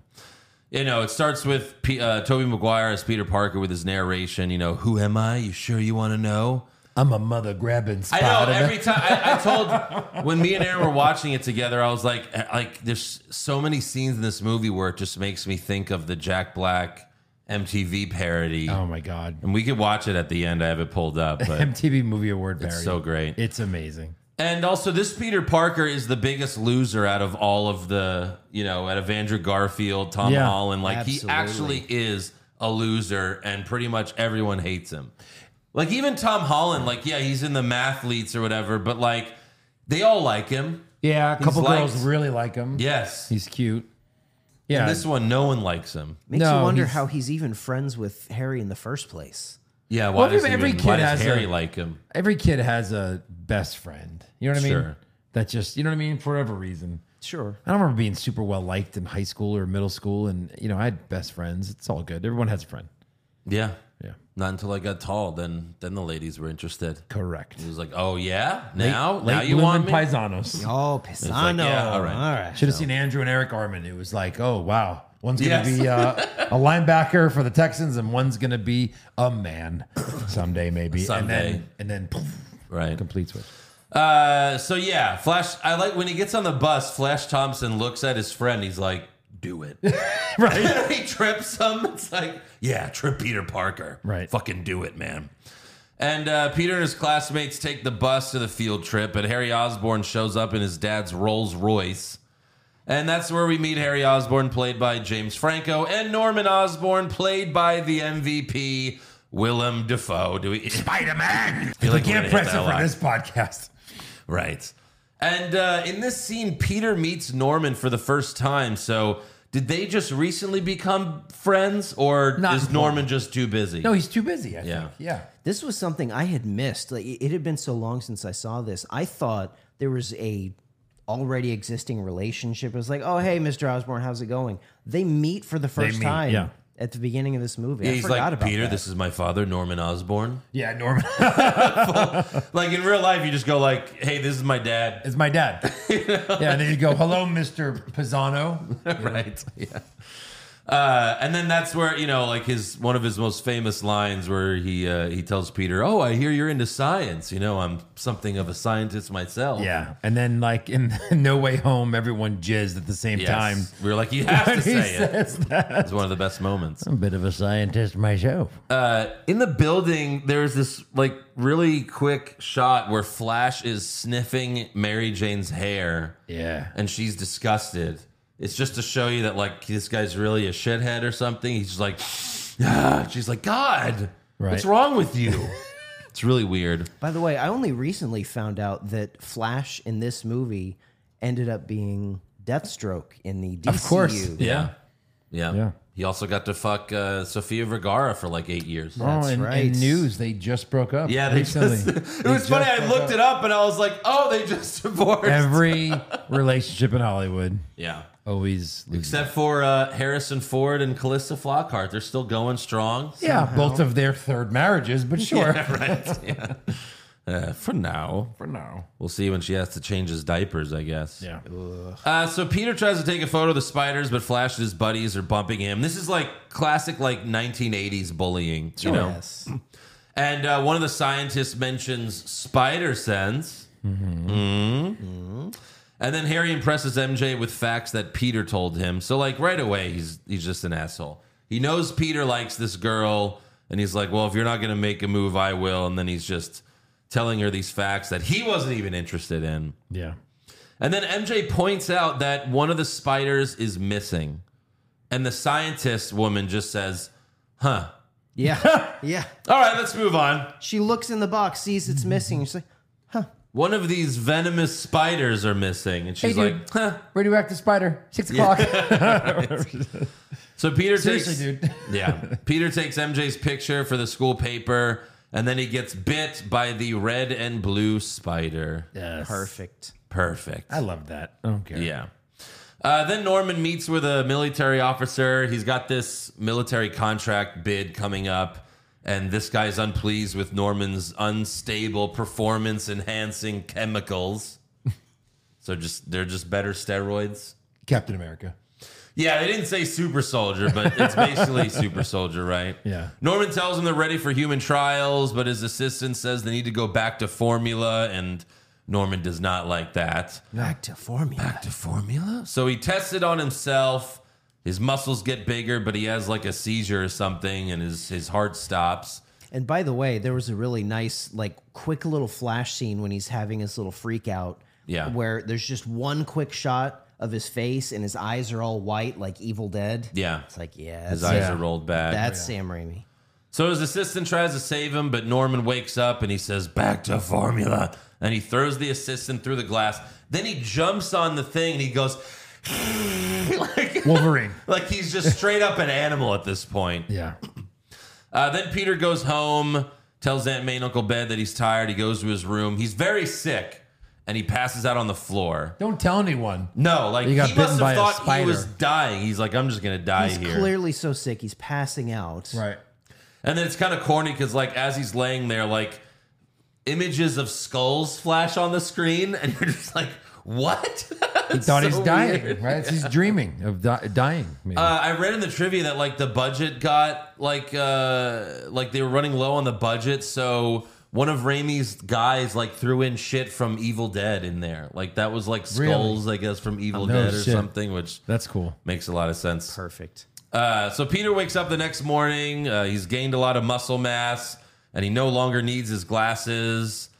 Speaker 3: You know, it starts with P- uh, Toby Maguire as Peter Parker with his narration. You know, who am I? You sure you want to know?
Speaker 5: I'm a mother grabbing
Speaker 3: I
Speaker 5: spider.
Speaker 3: know every time I, I told when me and Aaron were watching it together, I was like, eh, like there's so many scenes in this movie where it just makes me think of the Jack Black MTV parody,
Speaker 5: oh my god.
Speaker 3: and we could watch it at the end. I have it pulled up, but
Speaker 5: MTV Movie Award parody.
Speaker 3: so great.
Speaker 5: It's amazing.
Speaker 3: And also, this Peter Parker is the biggest loser out of all of the, you know, out of Andrew Garfield, Tom
Speaker 5: Yeah.
Speaker 3: Holland. Like, he
Speaker 4: Absolutely.
Speaker 3: actually is a loser, and pretty much everyone hates him. Like, even Tom Holland, like, yeah, he's in the mathletes or whatever, but like, they all like him.
Speaker 5: Yeah, a couple girls
Speaker 3: liked.
Speaker 5: really like him.
Speaker 3: Yes.
Speaker 5: he's cute. Yeah,
Speaker 3: And this one, no one likes him.
Speaker 4: Makes you
Speaker 5: No,
Speaker 4: wonder
Speaker 5: he's-
Speaker 4: how he's even friends with Harry in the first place.
Speaker 3: Yeah. Why
Speaker 5: Well,
Speaker 3: does,
Speaker 5: every
Speaker 3: every
Speaker 5: kid
Speaker 3: why does
Speaker 5: has
Speaker 3: Harry
Speaker 5: a-
Speaker 3: like him?
Speaker 5: every kid has a best friend. You know what I mean?
Speaker 3: Sure.
Speaker 5: That just you know what I mean for whatever reason.
Speaker 4: Sure.
Speaker 5: I don't remember being super well liked in high school or middle school, and you know I had best friends. It's all good. Everyone has a friend.
Speaker 3: Yeah.
Speaker 5: Yeah.
Speaker 3: Not until I got tall, then then the ladies were interested.
Speaker 5: Correct.
Speaker 3: It was like, oh yeah, now now
Speaker 5: Late
Speaker 3: you want me?
Speaker 5: bloomin' Paisanos.
Speaker 4: Oh, Pisano.
Speaker 3: yeah, all
Speaker 4: all
Speaker 3: right.
Speaker 4: right.
Speaker 5: Should have seen Andrew and Eric Armin. It was like, oh wow, one's gonna
Speaker 3: Yes.
Speaker 5: be uh, a linebacker for the Texans, and one's gonna be a man someday, maybe.
Speaker 3: Someday.
Speaker 5: And then, and then poof,
Speaker 3: Right.
Speaker 5: complete switch.
Speaker 3: Uh, so yeah, Flash. I like when he gets on the bus. Flash Thompson looks at his friend. He's like, "Do it." right. he trips him. It's like, yeah, trip Peter Parker.
Speaker 5: Right.
Speaker 3: Fucking do it, man. And uh, Peter and his classmates take the bus to the field trip, but Harry Osborne shows up in his dad's Rolls Royce. And that's where we meet Harry Osborne, played by James Franco, and Norman Osborne, played by the MVP Willem Dafoe. Do we?
Speaker 5: Spider Man.
Speaker 3: feel like
Speaker 5: we
Speaker 3: we're
Speaker 5: can't
Speaker 3: gonna hit
Speaker 5: press it
Speaker 3: that a
Speaker 5: for
Speaker 3: lot.
Speaker 5: this podcast.
Speaker 3: Right. And uh, in this scene, Peter meets Norman for the first time. So, did they just recently become friends, or
Speaker 5: Not
Speaker 3: is Norman just too busy?
Speaker 5: No, he's too busy. I
Speaker 3: Yeah.
Speaker 5: think. Yeah.
Speaker 4: This was something I had missed. Like it it had been so long since I saw this. I thought there was a already existing relationship. It was like, oh hey, Mr. Osborne, how's it going? They meet for the first
Speaker 5: meet,
Speaker 4: time
Speaker 5: yeah.
Speaker 4: at the beginning of this movie. I
Speaker 3: he's
Speaker 4: forgot
Speaker 3: like
Speaker 4: about
Speaker 3: Peter.
Speaker 4: that.
Speaker 3: This is my father, Norman Osborn.
Speaker 5: Yeah. Norman
Speaker 3: Like in real life, you just go like, "Hey, this is my dad."
Speaker 5: is my dad. Yeah. And then you go, hello, Mister Pisano.
Speaker 3: right. Yeah. Uh, and then that's where you know, like his one of his most famous lines, where he uh, he tells Peter, "Oh, I hear you're into science. You know, I'm something of a scientist myself."
Speaker 5: Yeah. And then like in No Way Home, everyone jizzed at the same
Speaker 3: Yes.
Speaker 5: time.
Speaker 3: We were like, "He has to
Speaker 5: He
Speaker 3: say it."
Speaker 5: says that.
Speaker 3: It's one of the best moments.
Speaker 5: I'm a bit of a scientist myself.
Speaker 3: in the building there's this like really quick shot where flash is sniffing mary jane's hair
Speaker 5: Yeah.
Speaker 3: and she's disgusted it's just to show you that like this guy's really a shithead or something he's just like ah. she's like god what's
Speaker 5: Right.
Speaker 3: wrong with you it's really weird
Speaker 4: By the way, I only recently found out that Flash in this movie ended up being Deathstroke in the DCU.
Speaker 5: Of course.
Speaker 3: yeah yeah,
Speaker 5: Yeah.
Speaker 3: he also got to fuck uh, sofia vergara for like eight years
Speaker 5: oh, and,
Speaker 4: right.
Speaker 5: and news they just broke up.
Speaker 3: yeah, they
Speaker 5: recently.
Speaker 3: just. It
Speaker 5: They
Speaker 3: was funny. I
Speaker 5: just broke
Speaker 3: looked
Speaker 5: up.
Speaker 3: it up and I was like, "Oh, they just divorced."
Speaker 5: Every relationship in Hollywood
Speaker 3: yeah,
Speaker 5: always loses.
Speaker 3: Except for uh, Harrison Ford and Callista Flockhart, they're still going strong.
Speaker 5: Yeah, both of their third marriages, but sure.
Speaker 3: right. Yeah. Uh, for now,
Speaker 5: For now.
Speaker 3: we'll see when she has to change his diapers, I guess.
Speaker 5: Yeah.
Speaker 3: Uh, so Peter tries to take a photo of the spiders, but Flash and his buddies are bumping him. This is like classic, like 1980s bullying, you know.
Speaker 4: Yes.
Speaker 3: And uh, one of the scientists mentions spider sense. Mhm. And then Harry impresses MJ with facts that Peter told him. So like right away, he's he's just an asshole. He knows Peter likes this girl, and he's like, "Well, if you're not gonna make a move, I will." And then he's just telling her these facts that he wasn't even interested in.
Speaker 5: Yeah.
Speaker 3: And then MJ points out that one of the spiders is missing, and the scientist woman just says, "Huh."
Speaker 4: Yeah. yeah.
Speaker 3: All right, let's move on.
Speaker 4: She looks in the box, sees
Speaker 5: Mm-hmm.
Speaker 4: it's missing. She's like,
Speaker 3: one of these venomous spiders are missing and she's
Speaker 5: Hey, dude.
Speaker 3: like huh.
Speaker 5: Radioactive spider, six o'clock.
Speaker 3: so peter
Speaker 5: Seriously,
Speaker 3: takes
Speaker 5: dude.
Speaker 3: yeah peter takes mj's picture for the school paper and then he gets bit by the red and blue spider
Speaker 5: Yes.
Speaker 4: perfect.
Speaker 3: perfect
Speaker 5: I love that. I don't care.
Speaker 3: yeah uh, then norman meets with a military officer he's got this military contract bid coming up and this guy's unpleased with norman's unstable performance enhancing chemicals so just they're just better steroids
Speaker 5: Captain America.
Speaker 3: Yeah, they didn't say super soldier, but it's basically super soldier, right?
Speaker 5: Yeah.
Speaker 3: Norman tells him they're ready for human trials, but his assistant says they need to go back to formula, and Norman does not like that.
Speaker 4: Back to formula.
Speaker 3: Back to formula? So he tests it on himself. His muscles get bigger, but he has like a seizure or something, and his, his heart stops.
Speaker 4: And by the way, there was a really nice, like, quick little flash scene when he's having his little freak out.
Speaker 3: Yeah.
Speaker 4: Where there's just one quick shot of his face and his eyes are all white, like Evil Dead.
Speaker 3: Yeah.
Speaker 4: It's like, yeah,
Speaker 3: His
Speaker 4: that's,
Speaker 3: eyes are rolled back.
Speaker 4: that's Sam Raimi.
Speaker 3: So his assistant tries to save him, but Norman wakes up and he says, Back to formula. And he throws the assistant through the glass. Then he jumps on the thing and he goes, like,
Speaker 5: Wolverine.
Speaker 3: like he's just straight up an animal at this point.
Speaker 5: yeah.
Speaker 3: Uh, then Peter goes home, tells Aunt May and Uncle Ben that he's tired. He goes to his room. He's very sick. and he passes out on the floor.
Speaker 5: Don't tell anyone.
Speaker 3: No, like
Speaker 5: He
Speaker 3: he,
Speaker 5: got
Speaker 3: must
Speaker 5: bitten by
Speaker 3: have
Speaker 5: a
Speaker 3: thought he was
Speaker 5: spider.
Speaker 3: dying. He's like, I'm just gonna die
Speaker 4: He's
Speaker 3: here.
Speaker 4: clearly so sick, he's passing out.
Speaker 5: Right.
Speaker 3: And then it's kind of corny because like as he's laying there, like images of skulls flash on the screen, and you're just like, what?
Speaker 5: He thought he's
Speaker 3: so
Speaker 5: dying,
Speaker 3: weird.
Speaker 5: right? He's dreaming of di- dying. Maybe.
Speaker 3: Uh, I read in the trivia that like the budget got like uh like they were running low on the budget, so one of Raimi's guys like threw in shit from Evil Dead in there. Like that was like
Speaker 5: Really?
Speaker 3: skulls, I guess, from Evil
Speaker 5: No
Speaker 3: Dead or
Speaker 5: shit.
Speaker 3: something, which
Speaker 5: That's cool.
Speaker 3: makes a lot of sense.
Speaker 4: Perfect.
Speaker 3: Uh, so Peter wakes up the next morning. Uh, he's gained a lot of muscle mass, and he no longer needs his glasses.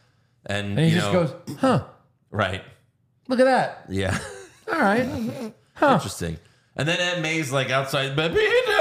Speaker 3: And,
Speaker 5: And he
Speaker 3: you
Speaker 5: just
Speaker 3: know,
Speaker 5: goes, huh,
Speaker 3: right?
Speaker 5: look at that.
Speaker 3: Yeah,
Speaker 5: All right.
Speaker 3: interesting. And then Aunt May's like outside, but Peter,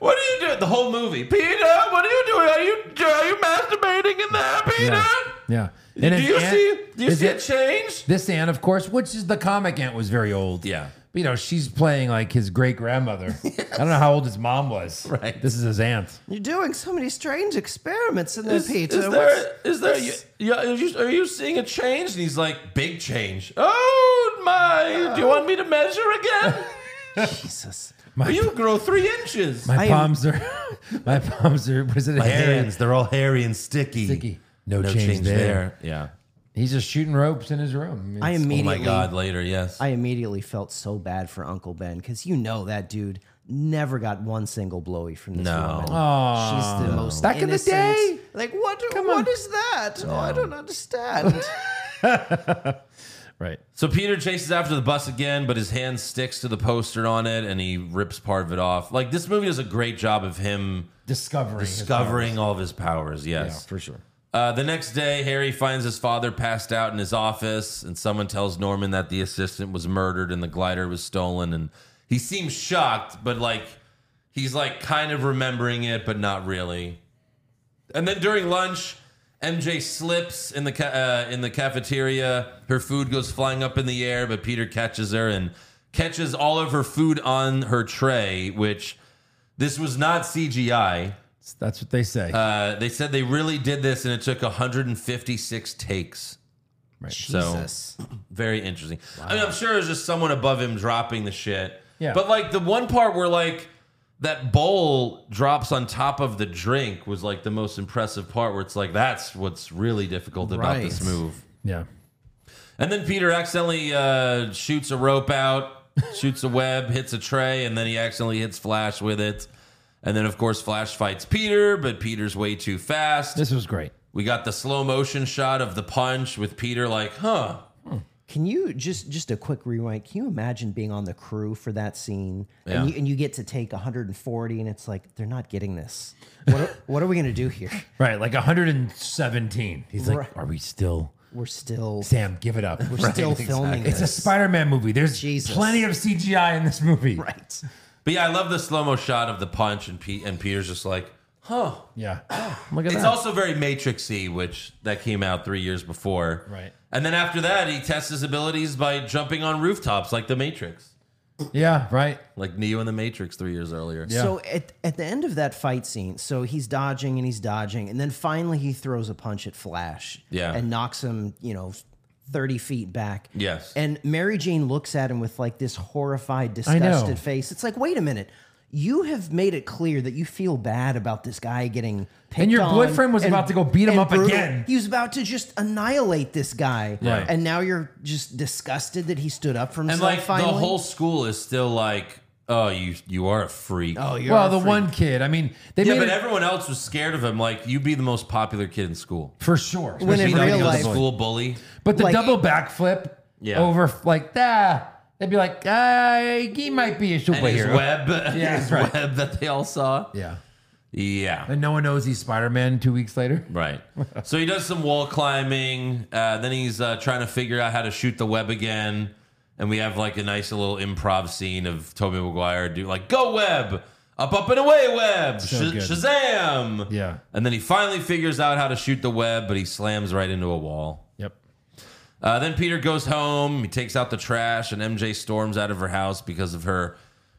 Speaker 3: what are you doing? The whole movie, Peter, what are you doing? Are you are you masturbating in there, Peter?
Speaker 5: Yeah. Yeah.
Speaker 3: do
Speaker 5: his
Speaker 3: you
Speaker 5: aunt-
Speaker 3: see? Do you
Speaker 5: his
Speaker 3: see
Speaker 5: aunt-
Speaker 3: it change?
Speaker 5: This aunt, of course, which is the comic aunt, was very old.
Speaker 3: Yeah.
Speaker 5: But, you know, she's playing like his great grandmother. I don't know how old his mom was.
Speaker 3: Right.
Speaker 5: This is his aunt.
Speaker 4: You're doing so many strange experiments in there,
Speaker 3: Is,
Speaker 4: Peter.
Speaker 3: is
Speaker 4: What's-
Speaker 3: there, is there, yeah, are you, are you seeing a change? And he's like, big change. Oh my, do you want me to measure again?
Speaker 4: Jesus.
Speaker 3: you grow three inches.
Speaker 5: My
Speaker 4: I am-
Speaker 5: palms are, my palms are, what is it? hairy.
Speaker 3: they're all hairy and sticky.
Speaker 5: Sticky. No, change, there.
Speaker 3: Yeah.
Speaker 5: He's just shooting ropes in his room.
Speaker 4: I
Speaker 5: It's-
Speaker 3: Oh my
Speaker 4: immediately
Speaker 3: God, later, yes.
Speaker 4: I immediately felt so bad for Uncle Ben because you know that dude never got one single blowy from this
Speaker 3: No.
Speaker 4: woman.
Speaker 5: Aw.
Speaker 4: She's the most
Speaker 5: Back in the
Speaker 4: innocent-
Speaker 5: day.
Speaker 4: Like what? What is
Speaker 5: on.
Speaker 4: that? Oh, I don't understand.
Speaker 5: Right.
Speaker 3: so Peter chases after the bus again, but his hand sticks to the poster on it and he rips part of it off. Like, this movie does a great job of him
Speaker 5: Discovering. his
Speaker 3: discovering all of his powers.
Speaker 5: powers. Yeah,
Speaker 3: Yes.
Speaker 5: for sure.
Speaker 3: Uh, the next day, Harry finds his father passed out in his office, and someone tells Norman that the assistant was murdered and the glider was stolen. And he seems shocked, but like he's like kind of remembering it, but not really. And then during lunch, MJ slips in the ca- uh, in the cafeteria. Her food goes flying up in the air, but Peter catches her and catches all of her food on her tray, which this was not CGI.
Speaker 5: That's what they say.
Speaker 3: Uh, they said they really did this, and it took 156 takes.
Speaker 4: Jesus.
Speaker 3: Very interesting. I mean, I'm sure it was just someone above him dropping the shit.
Speaker 5: Yeah.
Speaker 3: But like the one part where like that bowl drops on top of the drink was like the most impressive part, where it's like that's what's really difficult about this
Speaker 4: Right.
Speaker 3: move.
Speaker 5: yeah.
Speaker 3: And then Peter accidentally uh, shoots a rope out, shoots a web, hits a tray, and then he accidentally hits Flash with it. And then, of course, Flash fights Peter, but Peter's way too fast.
Speaker 5: This was great.
Speaker 3: We got the slow motion shot of the punch with Peter, like, huh?
Speaker 4: Can you just just a quick rewind? Can you imagine being on the crew for that scene,
Speaker 3: Yeah.
Speaker 4: and, you, and you get to take 140, and it's like they're not getting this. What are, what are we gonna do here?
Speaker 5: Right. Like 117. He's like,
Speaker 4: Right.
Speaker 5: are we still.
Speaker 4: We're still
Speaker 5: Sam, give it up.
Speaker 4: we're still filming.
Speaker 5: It's a
Speaker 4: this.
Speaker 5: Spider-Man movie. There's
Speaker 4: Jesus.
Speaker 5: plenty of CGI in this movie.
Speaker 4: right.
Speaker 3: But yeah, I love the slow mo shot of the punch, and, Pe- and Peter's just like, huh?
Speaker 5: Yeah. Look at
Speaker 3: It's
Speaker 5: that.
Speaker 3: also very Matrixy, which that came out three years before.
Speaker 5: Right.
Speaker 3: And then after that, he tests his abilities by jumping on rooftops like the Matrix,
Speaker 5: yeah, right.
Speaker 3: like Neo in the Matrix three years earlier.
Speaker 5: Yeah.
Speaker 4: So at, at the end of that fight scene, so he's dodging and he's dodging, and then finally he throws a punch at Flash.
Speaker 3: Yeah.
Speaker 4: And knocks him, you know, 30 feet back.
Speaker 3: Yes.
Speaker 4: And Mary Jane looks at him with like this horrified,
Speaker 5: know.
Speaker 4: disgusted face. It's like, wait a minute. You have made it clear that you feel bad about this guy getting picked
Speaker 5: your
Speaker 4: on
Speaker 5: boyfriend was
Speaker 4: and-
Speaker 5: about to go beat
Speaker 4: and
Speaker 5: him up again.
Speaker 4: He was about to just annihilate this guy.
Speaker 5: Right.
Speaker 4: And now you're just disgusted that he stood up for
Speaker 3: And
Speaker 4: himself
Speaker 3: like
Speaker 4: finally.
Speaker 3: the whole school is still like, oh, you you are a freak.
Speaker 4: oh, you're
Speaker 5: well,
Speaker 4: a
Speaker 5: the
Speaker 4: freak.
Speaker 5: one kid. I mean, they
Speaker 3: yeah,
Speaker 5: made
Speaker 3: but
Speaker 5: it
Speaker 3: everyone else was scared of him. Like, you'd be the most popular kid in school.
Speaker 5: for sure.
Speaker 4: When
Speaker 5: especially
Speaker 3: You'd
Speaker 4: in
Speaker 5: the
Speaker 3: be
Speaker 4: real
Speaker 3: the
Speaker 5: middle
Speaker 4: life-
Speaker 5: school.
Speaker 3: school bully.
Speaker 5: But the
Speaker 4: Like-
Speaker 5: double backflip
Speaker 3: Yeah.
Speaker 5: over like that, they'd be like, uh, he might be a
Speaker 3: and his
Speaker 5: superhero.
Speaker 3: web,
Speaker 5: Yeah,
Speaker 3: his
Speaker 5: right.
Speaker 3: web that they all saw.
Speaker 5: Yeah.
Speaker 3: Yeah,
Speaker 5: And no one knows he's Spider-Man two weeks later.
Speaker 3: right. So he does some wall climbing. Uh, then he's uh, trying to figure out how to shoot the web again. And we have like a nice little improv scene of Toby Maguire do like go web up up and away web Sh-
Speaker 5: good.
Speaker 3: Shazam.
Speaker 5: Yeah.
Speaker 3: And then he finally figures out how to shoot the web, but he slams right into a wall.
Speaker 5: Yep.
Speaker 3: Uh, then Peter goes home. He takes out the trash, and MJ storms out of her house because of her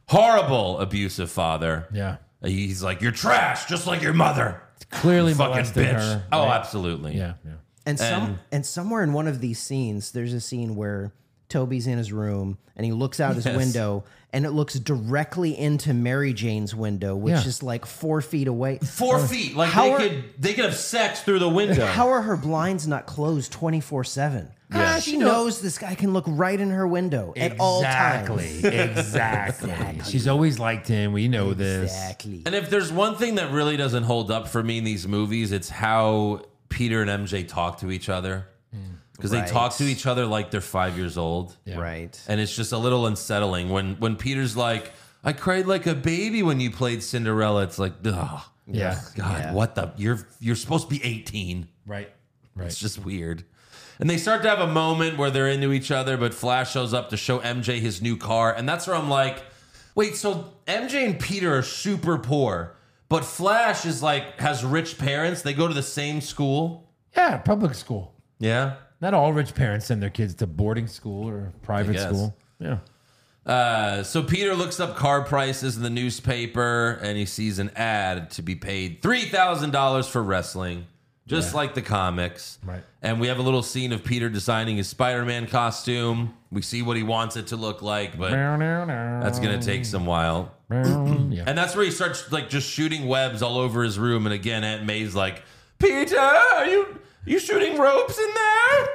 Speaker 3: horrible abusive father.
Speaker 5: Yeah.
Speaker 3: He's like, "You're trash, just like your mother,
Speaker 5: Clearly
Speaker 3: fucking
Speaker 5: molested
Speaker 3: bitch."
Speaker 5: her.
Speaker 3: oh, absolutely.
Speaker 5: Yeah. Yeah.
Speaker 4: And some and, somewhere in one of these scenes, there's a scene where Toby's in his room and he looks out his
Speaker 3: Yes.
Speaker 4: window and it looks directly into Mary Jane's window, which
Speaker 5: Yeah.
Speaker 4: is like four feet away.
Speaker 3: Four feet. Like
Speaker 4: How
Speaker 3: they
Speaker 4: are-
Speaker 3: could they could have sex through the window.
Speaker 4: How are her blinds not closed 24 7?
Speaker 5: Yeah.
Speaker 4: She
Speaker 5: You know-
Speaker 4: knows this guy can look right in her window at all times.
Speaker 5: Exactly. Exactly. She's always liked him. We know this.
Speaker 4: Exactly.
Speaker 3: and if there's one thing that really doesn't hold up for me in these movies, it's how Peter and MJ talk to each other. Because
Speaker 4: Hmm. Right.
Speaker 3: they talk to each other like they're five years old.
Speaker 4: Right.
Speaker 3: and it's just a little unsettling when when Peter's like, "I cried like a baby when you played Cinderella." It's like, oh
Speaker 5: Yeah.
Speaker 3: God, what the? You're you're supposed to be eighteen.
Speaker 5: Right.
Speaker 3: It's just weird. And they start to have a moment where they're into each other, but Flash shows up to show MJ his new car, and that's where I'm like, wait, so MJ and Peter are super poor, but Flash is like has rich parents. They go to the same school.
Speaker 5: Yeah. Public school.
Speaker 3: Yeah.
Speaker 5: Not all rich parents send their kids to boarding school or private
Speaker 3: guess.
Speaker 5: school. Yeah.
Speaker 3: Uh, so Peter looks up car prices in the newspaper and he sees an ad to be paid $3,000 for wrestling, just like the comics.
Speaker 5: Right.
Speaker 3: And we have a little scene of Peter designing his Spider Man costume. We see what he wants it to look like, but that's
Speaker 5: That's
Speaker 3: going to take some while.
Speaker 5: yeah.
Speaker 3: And that's where he starts like just shooting webs all over his room. And again, Aunt May's like, Peter, are you, you shooting ropes in there?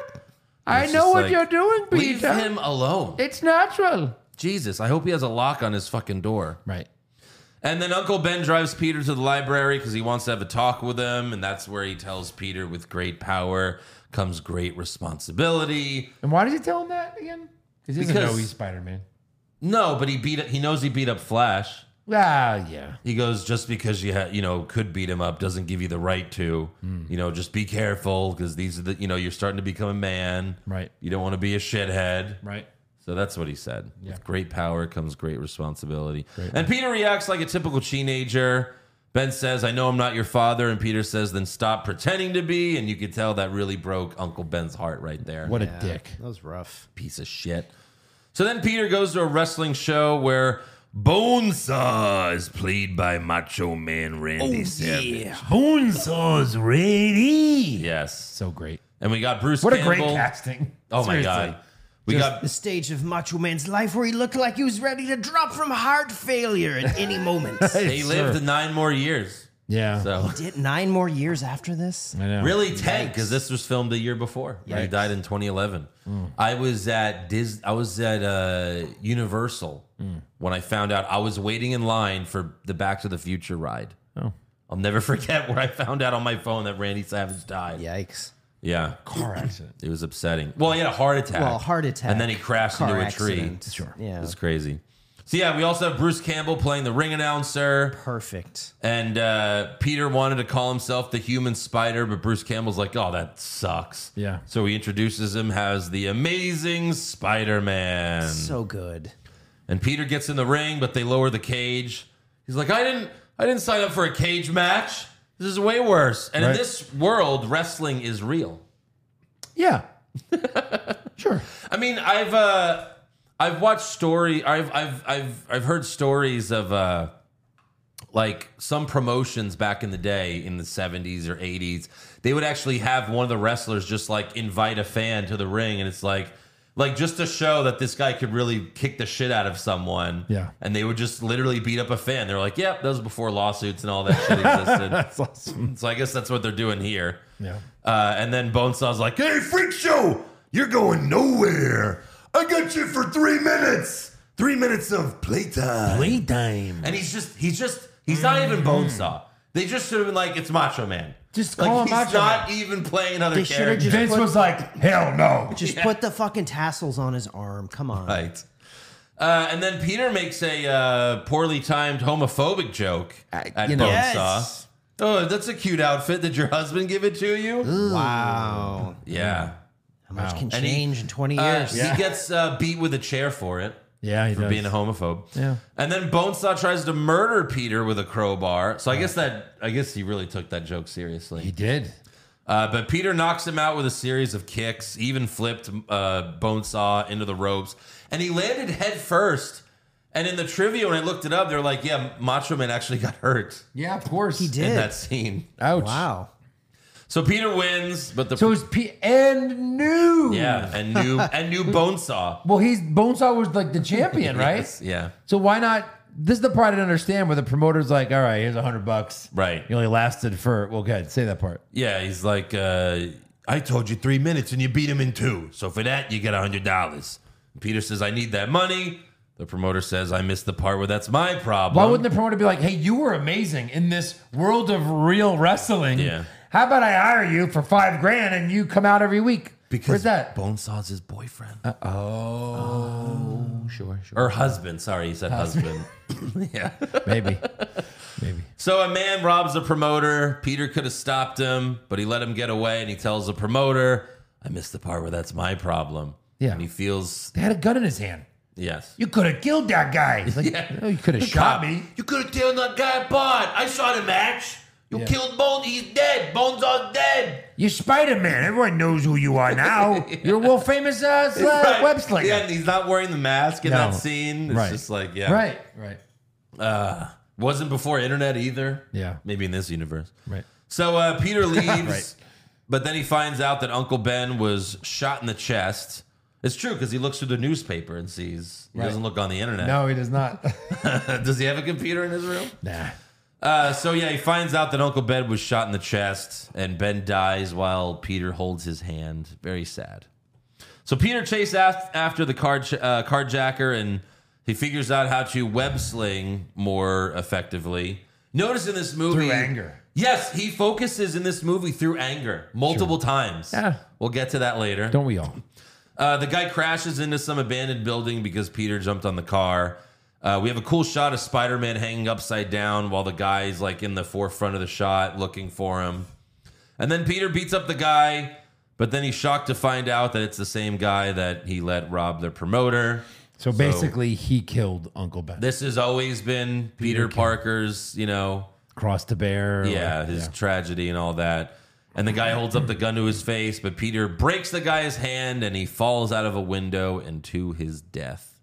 Speaker 5: I
Speaker 3: It's
Speaker 5: know
Speaker 3: just
Speaker 5: what
Speaker 3: like,
Speaker 5: you're doing,
Speaker 3: Leave
Speaker 5: Peter.
Speaker 3: him alone.
Speaker 5: It's natural.
Speaker 3: Jesus, I hope he has a lock on his fucking door.
Speaker 5: Right.
Speaker 3: And then Uncle Ben drives Peter to the library because he wants to have a talk with him. And that's where he tells Peter, with great power comes great responsibility.
Speaker 5: And why does he tell him that again? Because he doesn't
Speaker 3: Because-
Speaker 5: know he's Spider Man.
Speaker 3: No, but he beat he knows he beat up Flash.
Speaker 5: Ah, yeah.
Speaker 3: He goes, just because you ha- you know could beat him up doesn't give you the right to. You know, just be careful because these are the you know you're starting to become a man.
Speaker 5: Right.
Speaker 3: You don't want to be a shithead.
Speaker 5: Right.
Speaker 3: So that's what he said. With great power comes great responsibility. and Peter reacts like a typical teenager. Ben says, I know I'm not your father. And Peter says, then stop pretending to be. And you could tell that really broke Uncle Ben's heart right there.
Speaker 5: What a dick.
Speaker 4: That was rough.
Speaker 3: piece of shit. So then Peter goes to a wrestling show where Bonesaw is played by Macho Man
Speaker 5: Oh,
Speaker 3: Randy Savage.
Speaker 5: Bonesaw's ready.
Speaker 3: Yes.
Speaker 5: So great.
Speaker 3: And we got Bruce
Speaker 5: What a
Speaker 3: Campbell.
Speaker 5: great casting.
Speaker 3: Oh my
Speaker 5: Seriously.
Speaker 3: God. We got
Speaker 4: The stage of Macho Man's life where he looked like he was ready to drop from heart failure at any moment.
Speaker 3: they lived nine more years.
Speaker 5: Yeah.
Speaker 3: So
Speaker 4: Did nine more years after this?
Speaker 5: I know.
Speaker 3: Really, ten because this was filmed the year before. He died in 2011.
Speaker 4: Mm.
Speaker 3: I was at Dis. I was at uh, Universal
Speaker 4: Mm.
Speaker 3: when I found out. I was waiting in line for the Back to the Future ride.
Speaker 5: Oh.
Speaker 3: I'll never forget where I found out on my phone that Randy Savage died.
Speaker 4: Yikes.
Speaker 3: yeah,
Speaker 5: Car accident.
Speaker 3: it was upsetting. Well, he had a heart attack.
Speaker 4: Well, heart attack.
Speaker 3: and then he crashed
Speaker 4: car
Speaker 3: into a
Speaker 4: accident.
Speaker 3: tree.
Speaker 5: Sure.
Speaker 4: Yeah.
Speaker 3: It's crazy. So yeah, we also have Bruce Campbell playing the ring announcer.
Speaker 4: Perfect.
Speaker 3: And uh, Peter wanted to call himself the human spider, but Bruce Campbell's like, oh, that sucks.
Speaker 5: Yeah.
Speaker 3: So he introduces him as the amazing Spider Man.
Speaker 4: So good.
Speaker 3: and Peter gets in the ring, but they lower the cage. He's like, I didn't I didn't sign up for a cage match. This is way worse. And in
Speaker 5: Right.
Speaker 3: this world, wrestling is real.
Speaker 5: Yeah. sure.
Speaker 3: I mean, I've uh, I've watched story. I've I've I've I've heard stories of uh, like some promotions back in the day in the seventies or eighties. They would actually have one of the wrestlers just like invite a fan to the ring, and it's like. Like just to show that this guy could really kick the shit out of someone,
Speaker 5: Yeah.
Speaker 3: And they would just literally beat up a fan. They're like, "Yep, that was before lawsuits and all that shit existed."
Speaker 5: That's awesome.
Speaker 3: so I guess that's what they're doing here.
Speaker 5: Yeah.
Speaker 3: Uh, and then Bonesaw's like, hey, Freak Show, you're going nowhere. I got you for three minutes. Three minutes of playtime.
Speaker 5: Playtime. Mm-hmm.
Speaker 3: And he's just, he's just, he's not even Bonesaw. They just should have been like, it's Macho Man.
Speaker 5: Just
Speaker 3: like,
Speaker 5: call him
Speaker 3: he's
Speaker 5: Macho
Speaker 3: not even playing other
Speaker 4: They should have
Speaker 3: characters.
Speaker 4: just
Speaker 5: Vince
Speaker 4: put,
Speaker 5: was like, hell no.
Speaker 4: just put the fucking tassels on his arm. Come on.
Speaker 3: Right. Uh, and then Peter makes a uh, poorly timed homophobic joke at
Speaker 5: Uh, you know.
Speaker 3: Bonesaw.
Speaker 4: Yes.
Speaker 3: Oh, that's a cute outfit. Did your husband give it to you?
Speaker 4: Wow.
Speaker 3: Yeah.
Speaker 4: How much can
Speaker 3: And he-
Speaker 4: change in 20
Speaker 3: Uh,
Speaker 4: years?
Speaker 3: He gets uh, beat with a chair for it.
Speaker 5: Yeah, he
Speaker 3: for
Speaker 5: does.
Speaker 3: being a homophobe.
Speaker 5: Yeah.
Speaker 3: And then Bonesaw tries to murder Peter with a crowbar. So I guess that I guess he really took that joke
Speaker 5: He
Speaker 3: seriously.
Speaker 5: did.
Speaker 3: Uh, but Peter knocks him out with a series of kicks, even flipped uh, Bonesaw into the ropes, and he landed head first. And in the trivia, when I looked it up, they're like, "Yeah, Macho Man actually got hurt
Speaker 5: Yeah, of course. He
Speaker 4: did.
Speaker 3: in that scene."
Speaker 5: Ouch.
Speaker 4: Wow.
Speaker 3: So Peter wins, but the
Speaker 5: So it's P and new.
Speaker 3: yeah, and new and new Bonesaw.
Speaker 5: Well, he's Bonesaw was like the champion, right?
Speaker 3: Yes, yeah.
Speaker 5: So why not? This is the part I don't understand where the promoter's like, all right, here's a hundred bucks.
Speaker 3: Right.
Speaker 5: You only lasted for well, good. Say that part.
Speaker 3: Yeah, he's like, uh, I told you three minutes and you beat him in two. So for that, you get a hundred dollars. Peter says, I need that money. The promoter says, I missed the part where that's my problem.
Speaker 5: Why wouldn't the promoter be like, hey, you were amazing in this world of real wrestling?
Speaker 3: Yeah.
Speaker 5: How about I hire you for five grand and you come out every week?
Speaker 3: because
Speaker 5: Where's that? Uh,
Speaker 3: Bonesaw's his boyfriend
Speaker 5: oh, sure, sure.
Speaker 3: or husband. Sorry, he said
Speaker 5: Uh,
Speaker 3: husband. yeah.
Speaker 5: Maybe. Maybe.
Speaker 3: So a man robs a promoter. Peter could have stopped him, but he let him get away, and he tells the promoter, "I missed the part where that's my problem."
Speaker 5: Yeah.
Speaker 3: and he feels
Speaker 5: They had a gun in his hand.
Speaker 3: yes.
Speaker 5: You could have killed that guy. It's like,
Speaker 3: Yeah.
Speaker 5: no, you could have shot me.
Speaker 3: You could have killed that guy apart. I saw the match. You
Speaker 5: Yeah.
Speaker 3: killed Bone. He's dead. Bones are dead.
Speaker 5: You're Spider Man. Everyone knows who you are now. You're world famous uh, sl-
Speaker 3: Right.
Speaker 5: web slinger.
Speaker 3: Yeah, and he's not wearing the mask in
Speaker 5: No.
Speaker 3: that scene. It's
Speaker 5: Right.
Speaker 3: just like yeah,
Speaker 5: Right, right,
Speaker 3: Uh, wasn't before internet either.
Speaker 5: Yeah.
Speaker 3: maybe in this universe.
Speaker 5: right.
Speaker 3: So uh, Peter leaves,
Speaker 5: Right.
Speaker 3: but then he finds out that Uncle Ben was shot in the chest. It's true because he looks through the newspaper and sees. He
Speaker 5: Right.
Speaker 3: doesn't look on the internet.
Speaker 5: No, he does not.
Speaker 3: Does he have a computer in his room?
Speaker 5: nah.
Speaker 3: Uh, so yeah, he finds out that Uncle Ben was shot in the chest, and Ben dies while Peter holds his hand. Very sad. So Peter chased af- after the card uh, carjacker, and he figures out how to web sling more effectively. Notice in this movie
Speaker 5: Through anger.
Speaker 3: Yes, he focuses in this movie through anger multiple times.
Speaker 5: Yeah.
Speaker 3: We'll get to that later.
Speaker 5: Don't we all?
Speaker 3: Uh, the guy crashes into some abandoned building because Peter jumped on the car. Uh, we have a cool shot of Spider Man hanging upside down while the guy's like in the forefront of the shot looking for him. And then Peter beats up the guy, but then he's shocked to find out that it's the same guy that he let rob their promoter.
Speaker 5: So basically, he killed Uncle Ben.
Speaker 3: This has always been Peter, Parker's, you know,
Speaker 5: Crossed the bear. or-
Speaker 3: yeah, his
Speaker 5: yeah.
Speaker 3: tragedy and all that. And the guy holds up the gun to his face, but Peter breaks the guy's hand and he falls out of a window and to his death.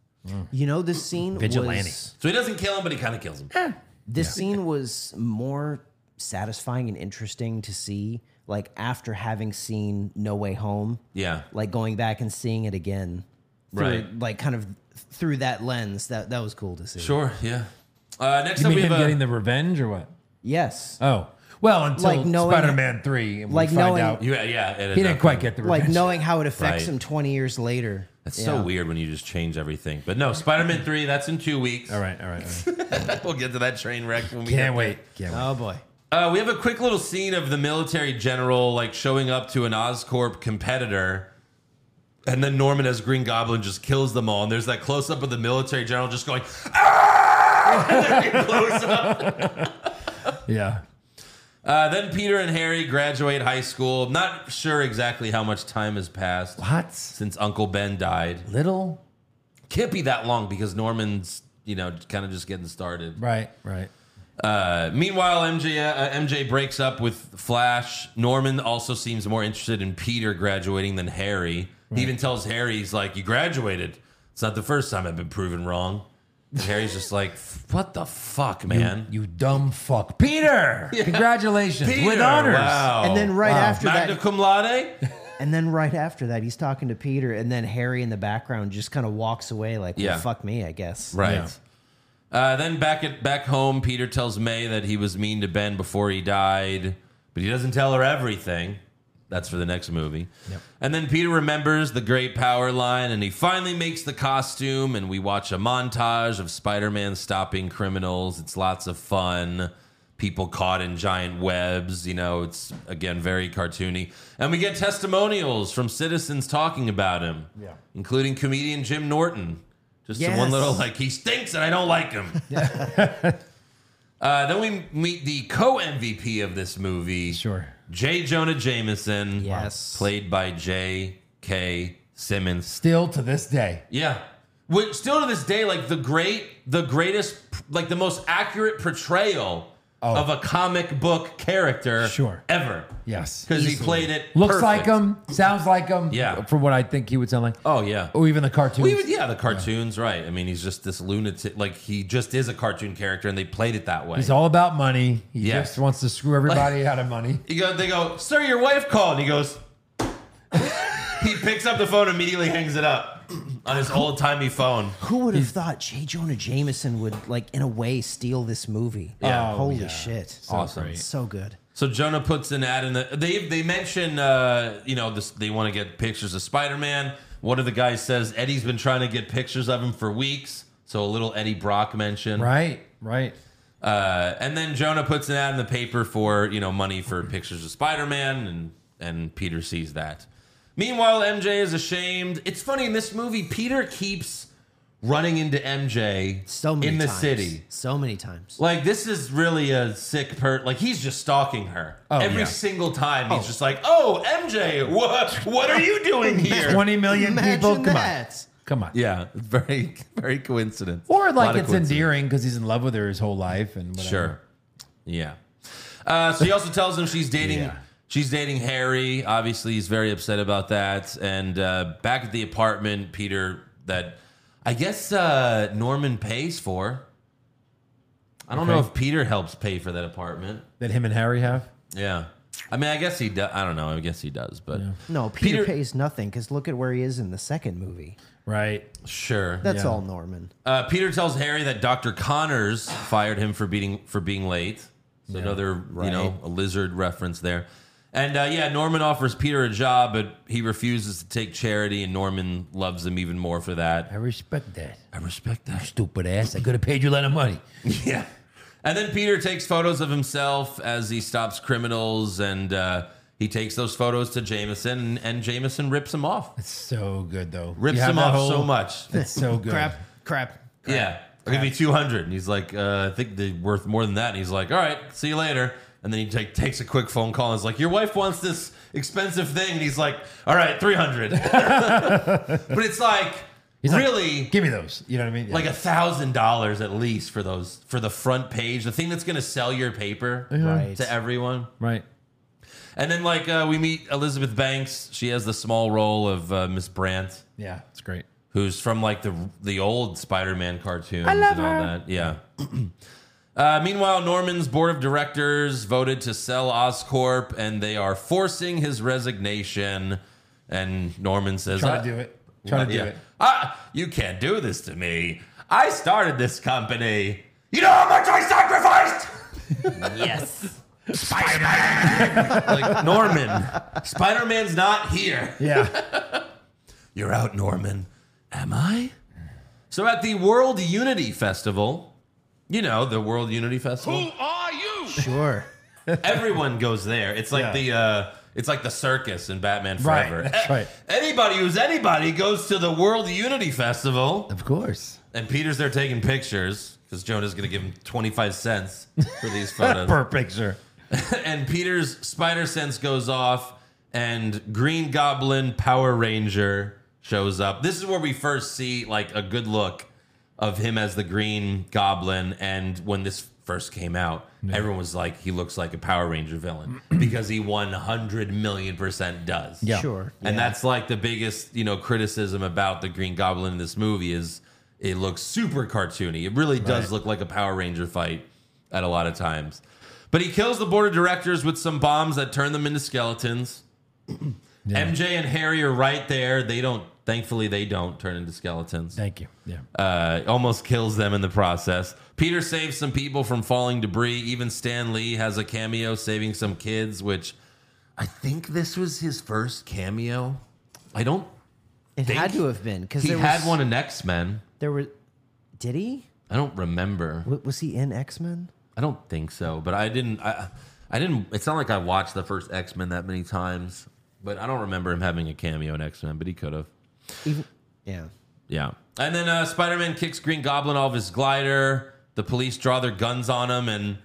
Speaker 4: You know, this scene
Speaker 5: Vigilante.
Speaker 4: was
Speaker 3: So he doesn't kill him, but he kind of kills him.
Speaker 4: this scene was more satisfying and interesting to see. Like after having seen No Way Home,
Speaker 3: Yeah.
Speaker 4: like going back and seeing it again, through,
Speaker 3: Right.
Speaker 4: Like kind of through that lens. That that was cool to see.
Speaker 3: Sure. Yeah. Uh, next
Speaker 5: You
Speaker 3: up,
Speaker 5: mean
Speaker 3: we
Speaker 5: him
Speaker 3: have a,
Speaker 5: getting the revenge or what?
Speaker 4: Yes,
Speaker 5: Oh, well, until
Speaker 4: Like knowing-
Speaker 5: Spider-Man three, and
Speaker 4: like
Speaker 5: we find
Speaker 4: knowing-
Speaker 5: out
Speaker 3: yeah, yeah. It
Speaker 5: he didn't quite get the
Speaker 4: like
Speaker 5: revenge.
Speaker 4: knowing how it affects
Speaker 3: Right.
Speaker 4: him twenty years later.
Speaker 3: That's so weird when you just change everything. But no, Spider Man three. That's in two weeks.
Speaker 5: All right, all right. all right.
Speaker 3: We'll get to that train wreck when we get there.
Speaker 5: Can't wait. Can't wait.
Speaker 4: Oh boy.
Speaker 3: Uh, we have a quick little scene of the military general like showing up to an Oscorp competitor, and then Norman as Green Goblin just kills them all. And there's that close up of the military general just going,
Speaker 5: Yeah.
Speaker 3: Uh, then Peter and Harry graduate high school. Not sure exactly how much time has passed
Speaker 5: What?
Speaker 3: since Uncle Ben died.
Speaker 5: Little.
Speaker 3: Can't be that long because Norman's, you know, kind of just getting started.
Speaker 5: Right. Right.
Speaker 3: Uh, meanwhile, MJ uh, MJ breaks up with Flash. Norman also seems more interested in Peter graduating than Harry. He even tells Harry, he's like, "You graduated. It's not the first time I've been proven wrong." And Harry's just like, "What the fuck, man."
Speaker 5: You dumb fuck, Peter. Congratulations with
Speaker 3: Peter,
Speaker 5: honors.
Speaker 3: Wow.
Speaker 4: And then right after that,
Speaker 3: Magna cum laude.
Speaker 4: And then right after that, he's talking to Peter, and then Harry in the background just kind of walks away, like, well,
Speaker 3: Yeah.
Speaker 4: fuck me, I guess.
Speaker 3: Right. Uh, then back at back home, Peter tells May that he was mean to Ben before he died, but he doesn't tell her everything. That's for the next movie. And then Peter remembers the great power line, and he finally makes the costume. And we watch a montage of Spider-Man stopping criminals. It's lots of fun. People caught in giant webs. You know, it's again very cartoony. And we get testimonials from citizens talking about him, yeah. including comedian Jim Norton. Just the one
Speaker 4: Yes.
Speaker 3: little like he stinks and I don't like him. uh, then we meet the co MVP of this movie,
Speaker 5: Sure.
Speaker 3: J. Jonah Jameson,
Speaker 4: Yes.
Speaker 3: played by J. K. Simmons.
Speaker 5: Still to this day.
Speaker 3: Yeah, which still to this day, like the great, the greatest, like the most accurate portrayal of a comic book character
Speaker 5: Oh. Sure.
Speaker 3: ever.
Speaker 5: Yes.
Speaker 3: Because he played it.
Speaker 5: Looks like
Speaker 3: perfect.
Speaker 5: him, sounds like him.
Speaker 3: Yeah.
Speaker 5: From what I think he would sound like.
Speaker 3: Oh, yeah.
Speaker 5: Or even the cartoons.
Speaker 3: Well, even, yeah, the cartoons, right. I mean, he's just this lunatic. Like, he just is a cartoon character, and they played it that way.
Speaker 5: He's all about money. He
Speaker 3: Yes.
Speaker 5: just wants to screw everybody out of money.
Speaker 3: He go, they go, sir, your wife called. He goes, he picks up the phone, immediately hangs it up on his old timey phone.
Speaker 4: Who would have thought J. Jonah Jameson would, like, in a way, steal this movie?
Speaker 3: Yeah.
Speaker 4: Oh, holy shit.
Speaker 3: Awesome. great.
Speaker 4: So good.
Speaker 3: So Jonah puts an ad in the. They they mention, uh, you know, this, they want to get pictures of Spider Man. One of the guys says Eddie's been trying to get pictures of him for weeks. So a little Eddie Brock mention,
Speaker 5: Right, right.
Speaker 3: Uh, and then Jonah puts an ad in the paper for you know money for pictures of Spider Man, and and Peter sees that. Meanwhile, MJ is ashamed. It's funny in this movie, Peter keeps running into MJ
Speaker 4: So many
Speaker 3: in the
Speaker 4: times.
Speaker 3: city.
Speaker 4: So many times.
Speaker 3: Like this is really a sick per. Like he's just stalking her every
Speaker 5: Oh, yeah.
Speaker 3: single time. He's just like, "Oh, MJ, what? What are you doing here?"
Speaker 5: 20 million people. Come
Speaker 4: that.
Speaker 5: on. Come on.
Speaker 3: yeah, it's very very coincidence.
Speaker 5: Or
Speaker 3: Lot
Speaker 5: like
Speaker 3: of
Speaker 5: it's
Speaker 3: coincidence.
Speaker 5: endearing because he's in love with her his whole life and whatever.
Speaker 3: Sure. Yeah. Uh, so he also tells him she's dating.
Speaker 5: Yeah.
Speaker 3: She's dating Harry. Obviously, he's very upset about that. And uh, back at the apartment, Peter, that I guess uh, Norman pays for. I don't know
Speaker 5: Okay.
Speaker 3: if Peter helps pay for that apartment.
Speaker 5: That him and Harry have.
Speaker 3: Yeah. I mean, I guess he does. I don't know. I guess he does, but
Speaker 4: No, Peter,
Speaker 3: Peter-
Speaker 4: pays nothing because look at where he is in the second movie.
Speaker 5: Right.
Speaker 3: sure.
Speaker 4: That's all Norman.
Speaker 3: Uh, Peter tells Harry that Dr. Connors fired him for beating for being late. So another you know a lizard reference there. And uh, yeah, Norman offers Peter a job, but he refuses to take charity, and Norman loves him even more for
Speaker 5: I
Speaker 3: that.
Speaker 5: respect that.
Speaker 3: I respect that.
Speaker 5: Stupid ass. I could have paid you a lot of money.
Speaker 3: Yeah. And then Peter takes photos of himself as he stops criminals, and uh, he takes those photos to Jameson, and Jameson rips him off.
Speaker 5: It's so good though.
Speaker 3: Rips
Speaker 5: You have
Speaker 3: him
Speaker 5: that
Speaker 3: off so
Speaker 5: whole-
Speaker 3: much.
Speaker 5: It's so good.
Speaker 4: Crap, crap.
Speaker 3: Yeah. I'll give you 200. And he's like, uh, I think they're worth more than that. And he's like, all right, see you later. And then he take, takes a quick phone call and is like, your wife wants this expensive thing. And he's like, all right, 300. but it's like,
Speaker 5: like,
Speaker 3: really,
Speaker 5: Give me those. You know what I mean? Yeah.
Speaker 3: like a thousand dollars at least for those, for the front page, the thing that's going to sell your paper
Speaker 4: Right.
Speaker 3: to everyone.
Speaker 5: right.
Speaker 3: And then, like, uh, we meet Elizabeth Banks. She has the small role of uh, Miss Brandt
Speaker 5: Yeah. It's great.
Speaker 3: who's from like the the old Spider-Man cartoons and all that. Yeah. uh, meanwhile, Norman's board of directors voted to sell Oscorp, and they are forcing his resignation. And Norman says,
Speaker 5: Try
Speaker 3: "I-
Speaker 5: to do it. Try to do
Speaker 3: yeah.
Speaker 5: it.
Speaker 3: "Ah, you can't do this to me. I started this company. You know how much I sacrificed."
Speaker 1: Yes.
Speaker 3: like Norman, Spider-Man's not here.
Speaker 5: Yeah.
Speaker 3: You're out, Norman. Am I? So at the World Unity Festival, you know, the World Unity Festival,
Speaker 4: Sure.
Speaker 3: everyone goes there. It's like the uh it's like the circus in Batman
Speaker 5: Right,
Speaker 3: Forever.
Speaker 5: that's
Speaker 3: A-
Speaker 5: right.
Speaker 3: Anybody who's anybody goes to the World Unity Festival
Speaker 5: of course.
Speaker 3: and Peter's there taking pictures cuz Jonah's going to give him 25 cents for these photos.
Speaker 5: Per picture.
Speaker 3: and Peter's spider sense goes off, and Green Goblin Power Ranger shows up. This is where we first see like a good look of him as the Green Goblin. And when this first came out, everyone was like, he looks like a Power Ranger villain because he 100 million percent does.
Speaker 5: Yeah.
Speaker 4: Sure.
Speaker 3: And that's like the biggest, you know, criticism about the Green Goblin in this movie is it looks super cartoony. It really does look like a Power Ranger fight at a lot of times. But he kills the board of directors with some bombs that turn them into skeletons. MJ and Harry are right there. They don't thankfully they don't turn into skeletons.
Speaker 5: Thank you. Yeah.
Speaker 3: Uh, almost kills them in the process. Peter saves some people from falling debris. Even Stan Lee has a cameo saving some kids, which I think this was his first cameo. I don't.
Speaker 4: It
Speaker 3: Think
Speaker 4: had to have been because
Speaker 3: He
Speaker 4: there
Speaker 3: had
Speaker 4: was,
Speaker 3: one in X Men.
Speaker 4: There were. Did he?
Speaker 3: I don't remember.
Speaker 4: W- Was he in X Men?
Speaker 3: I don't think so. But I didn't. I, I didn't. It's not like I watched the first X Men that many times. But I don't remember him having a cameo in X Men. But he could have.
Speaker 4: Even. Yeah.
Speaker 3: Yeah. And then uh, Spider Man kicks Green Goblin off his glider. The police draw their guns on him, and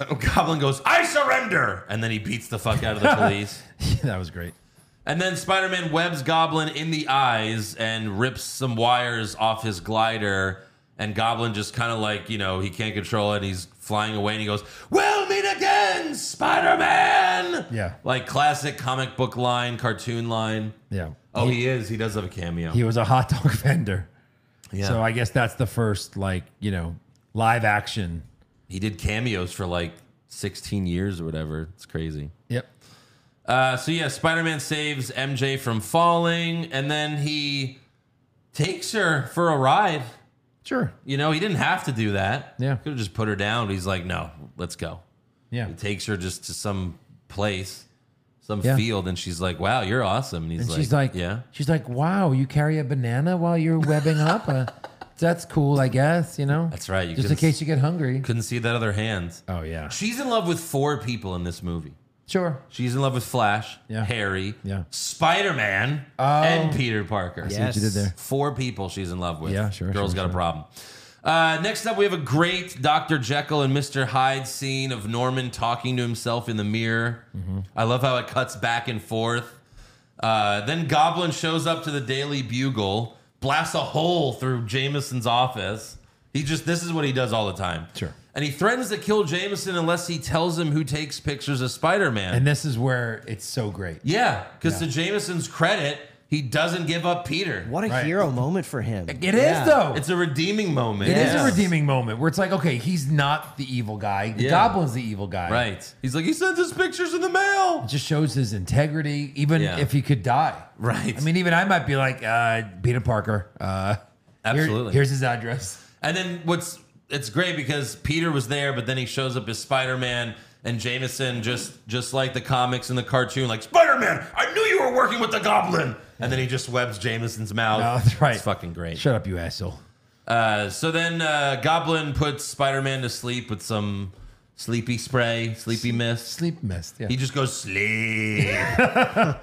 Speaker 3: uh, Goblin goes, I surrender! And then he beats the fuck out of the police.
Speaker 5: that was great.
Speaker 3: and then Spider Man webs Goblin in the eyes and rips some wires off his glider. And Goblin just kind of like, you know, he can't control it. He's flying away and he goes, We'll meet again, Spider Man.
Speaker 5: Yeah.
Speaker 3: Like classic comic book line, cartoon line.
Speaker 5: Yeah.
Speaker 3: Oh, he is. He does have a cameo.
Speaker 5: He was a hot dog vendor.
Speaker 3: yeah.
Speaker 5: So I guess that's the first, like, you know, live action.
Speaker 3: he did cameos for like 16 years or whatever. It's crazy.
Speaker 5: Yep.
Speaker 3: Uh, so yeah, Spider Man saves MJ from falling, and then he takes her for a ride.
Speaker 5: Sure.
Speaker 3: You know, he didn't have to do that.
Speaker 5: Yeah.
Speaker 3: could have just put her down. But he's like, no, let's go.
Speaker 5: Yeah.
Speaker 3: He takes her just to some place, some
Speaker 5: Yeah.
Speaker 3: field, and she's like, wow, you're awesome. And he's
Speaker 5: And
Speaker 3: like,
Speaker 5: she's like,
Speaker 3: yeah,
Speaker 5: She's like, wow, you carry a banana while you're webbing up. Uh, that's cool, I guess. You know.
Speaker 3: That's right, you
Speaker 5: just
Speaker 3: can
Speaker 5: in case you get hungry.
Speaker 3: couldn't see that other hand.
Speaker 5: Oh yeah.
Speaker 3: She's in love with four people in this movie.
Speaker 5: Sure.
Speaker 3: She's in love with Flash,
Speaker 5: Yeah.
Speaker 3: Harry,
Speaker 5: Yeah.
Speaker 3: Spider Man,
Speaker 5: Oh.
Speaker 3: and Peter Parker.
Speaker 4: see what you did there.
Speaker 3: Four people she's in love with.
Speaker 5: Yeah, sure,
Speaker 3: Girl's
Speaker 5: sure,
Speaker 3: got a problem. Uh, next up, we have a great Dr. Jekyll and Mr. Hyde scene of Norman talking to himself in the mirror.
Speaker 5: Mm-hmm.
Speaker 3: I love how it cuts back and forth. Uh, then Goblin shows up to the Daily Bugle, blasts a hole through Jameson's office. He just, this is what he does all the time.
Speaker 5: Sure.
Speaker 3: And he threatens to kill Jameson unless he tells him who takes pictures of Spider Man.
Speaker 5: And this is where it's so great.
Speaker 3: Yeah, because to Jameson's credit, he doesn't give up Peter.
Speaker 4: What a
Speaker 5: Right.
Speaker 4: hero moment for him. It
Speaker 5: It is though.
Speaker 3: It's a redeeming moment.
Speaker 5: It is
Speaker 3: Yeah.
Speaker 5: a redeeming moment where it's like, okay, he's not the evil guy. The
Speaker 3: Yeah.
Speaker 5: goblin's the evil guy.
Speaker 3: Right. He's like, he sends his pictures in the mail.
Speaker 5: It just shows his integrity, even
Speaker 3: Yeah.
Speaker 5: if he could die.
Speaker 3: Right.
Speaker 5: I mean, even I might be like, uh, Peter Parker. Uh, here-
Speaker 3: Absolutely.
Speaker 5: here's his address.
Speaker 3: and then what's it's great because Peter was there, but then he shows up as Spider Man and Jameson just just like the comics and the cartoon, like Spider Man, I knew you were working with the goblin. And then he just webs Jameson's mouth.
Speaker 5: Oh, that's right.
Speaker 3: It's fucking great.
Speaker 5: Shut up, you asshole.
Speaker 3: Uh, so then uh, Goblin puts Spider Man to sleep with some sleepy spray, sleepy mist.
Speaker 5: Sleep mist. Yeah.
Speaker 3: He just goes sleep.
Speaker 5: And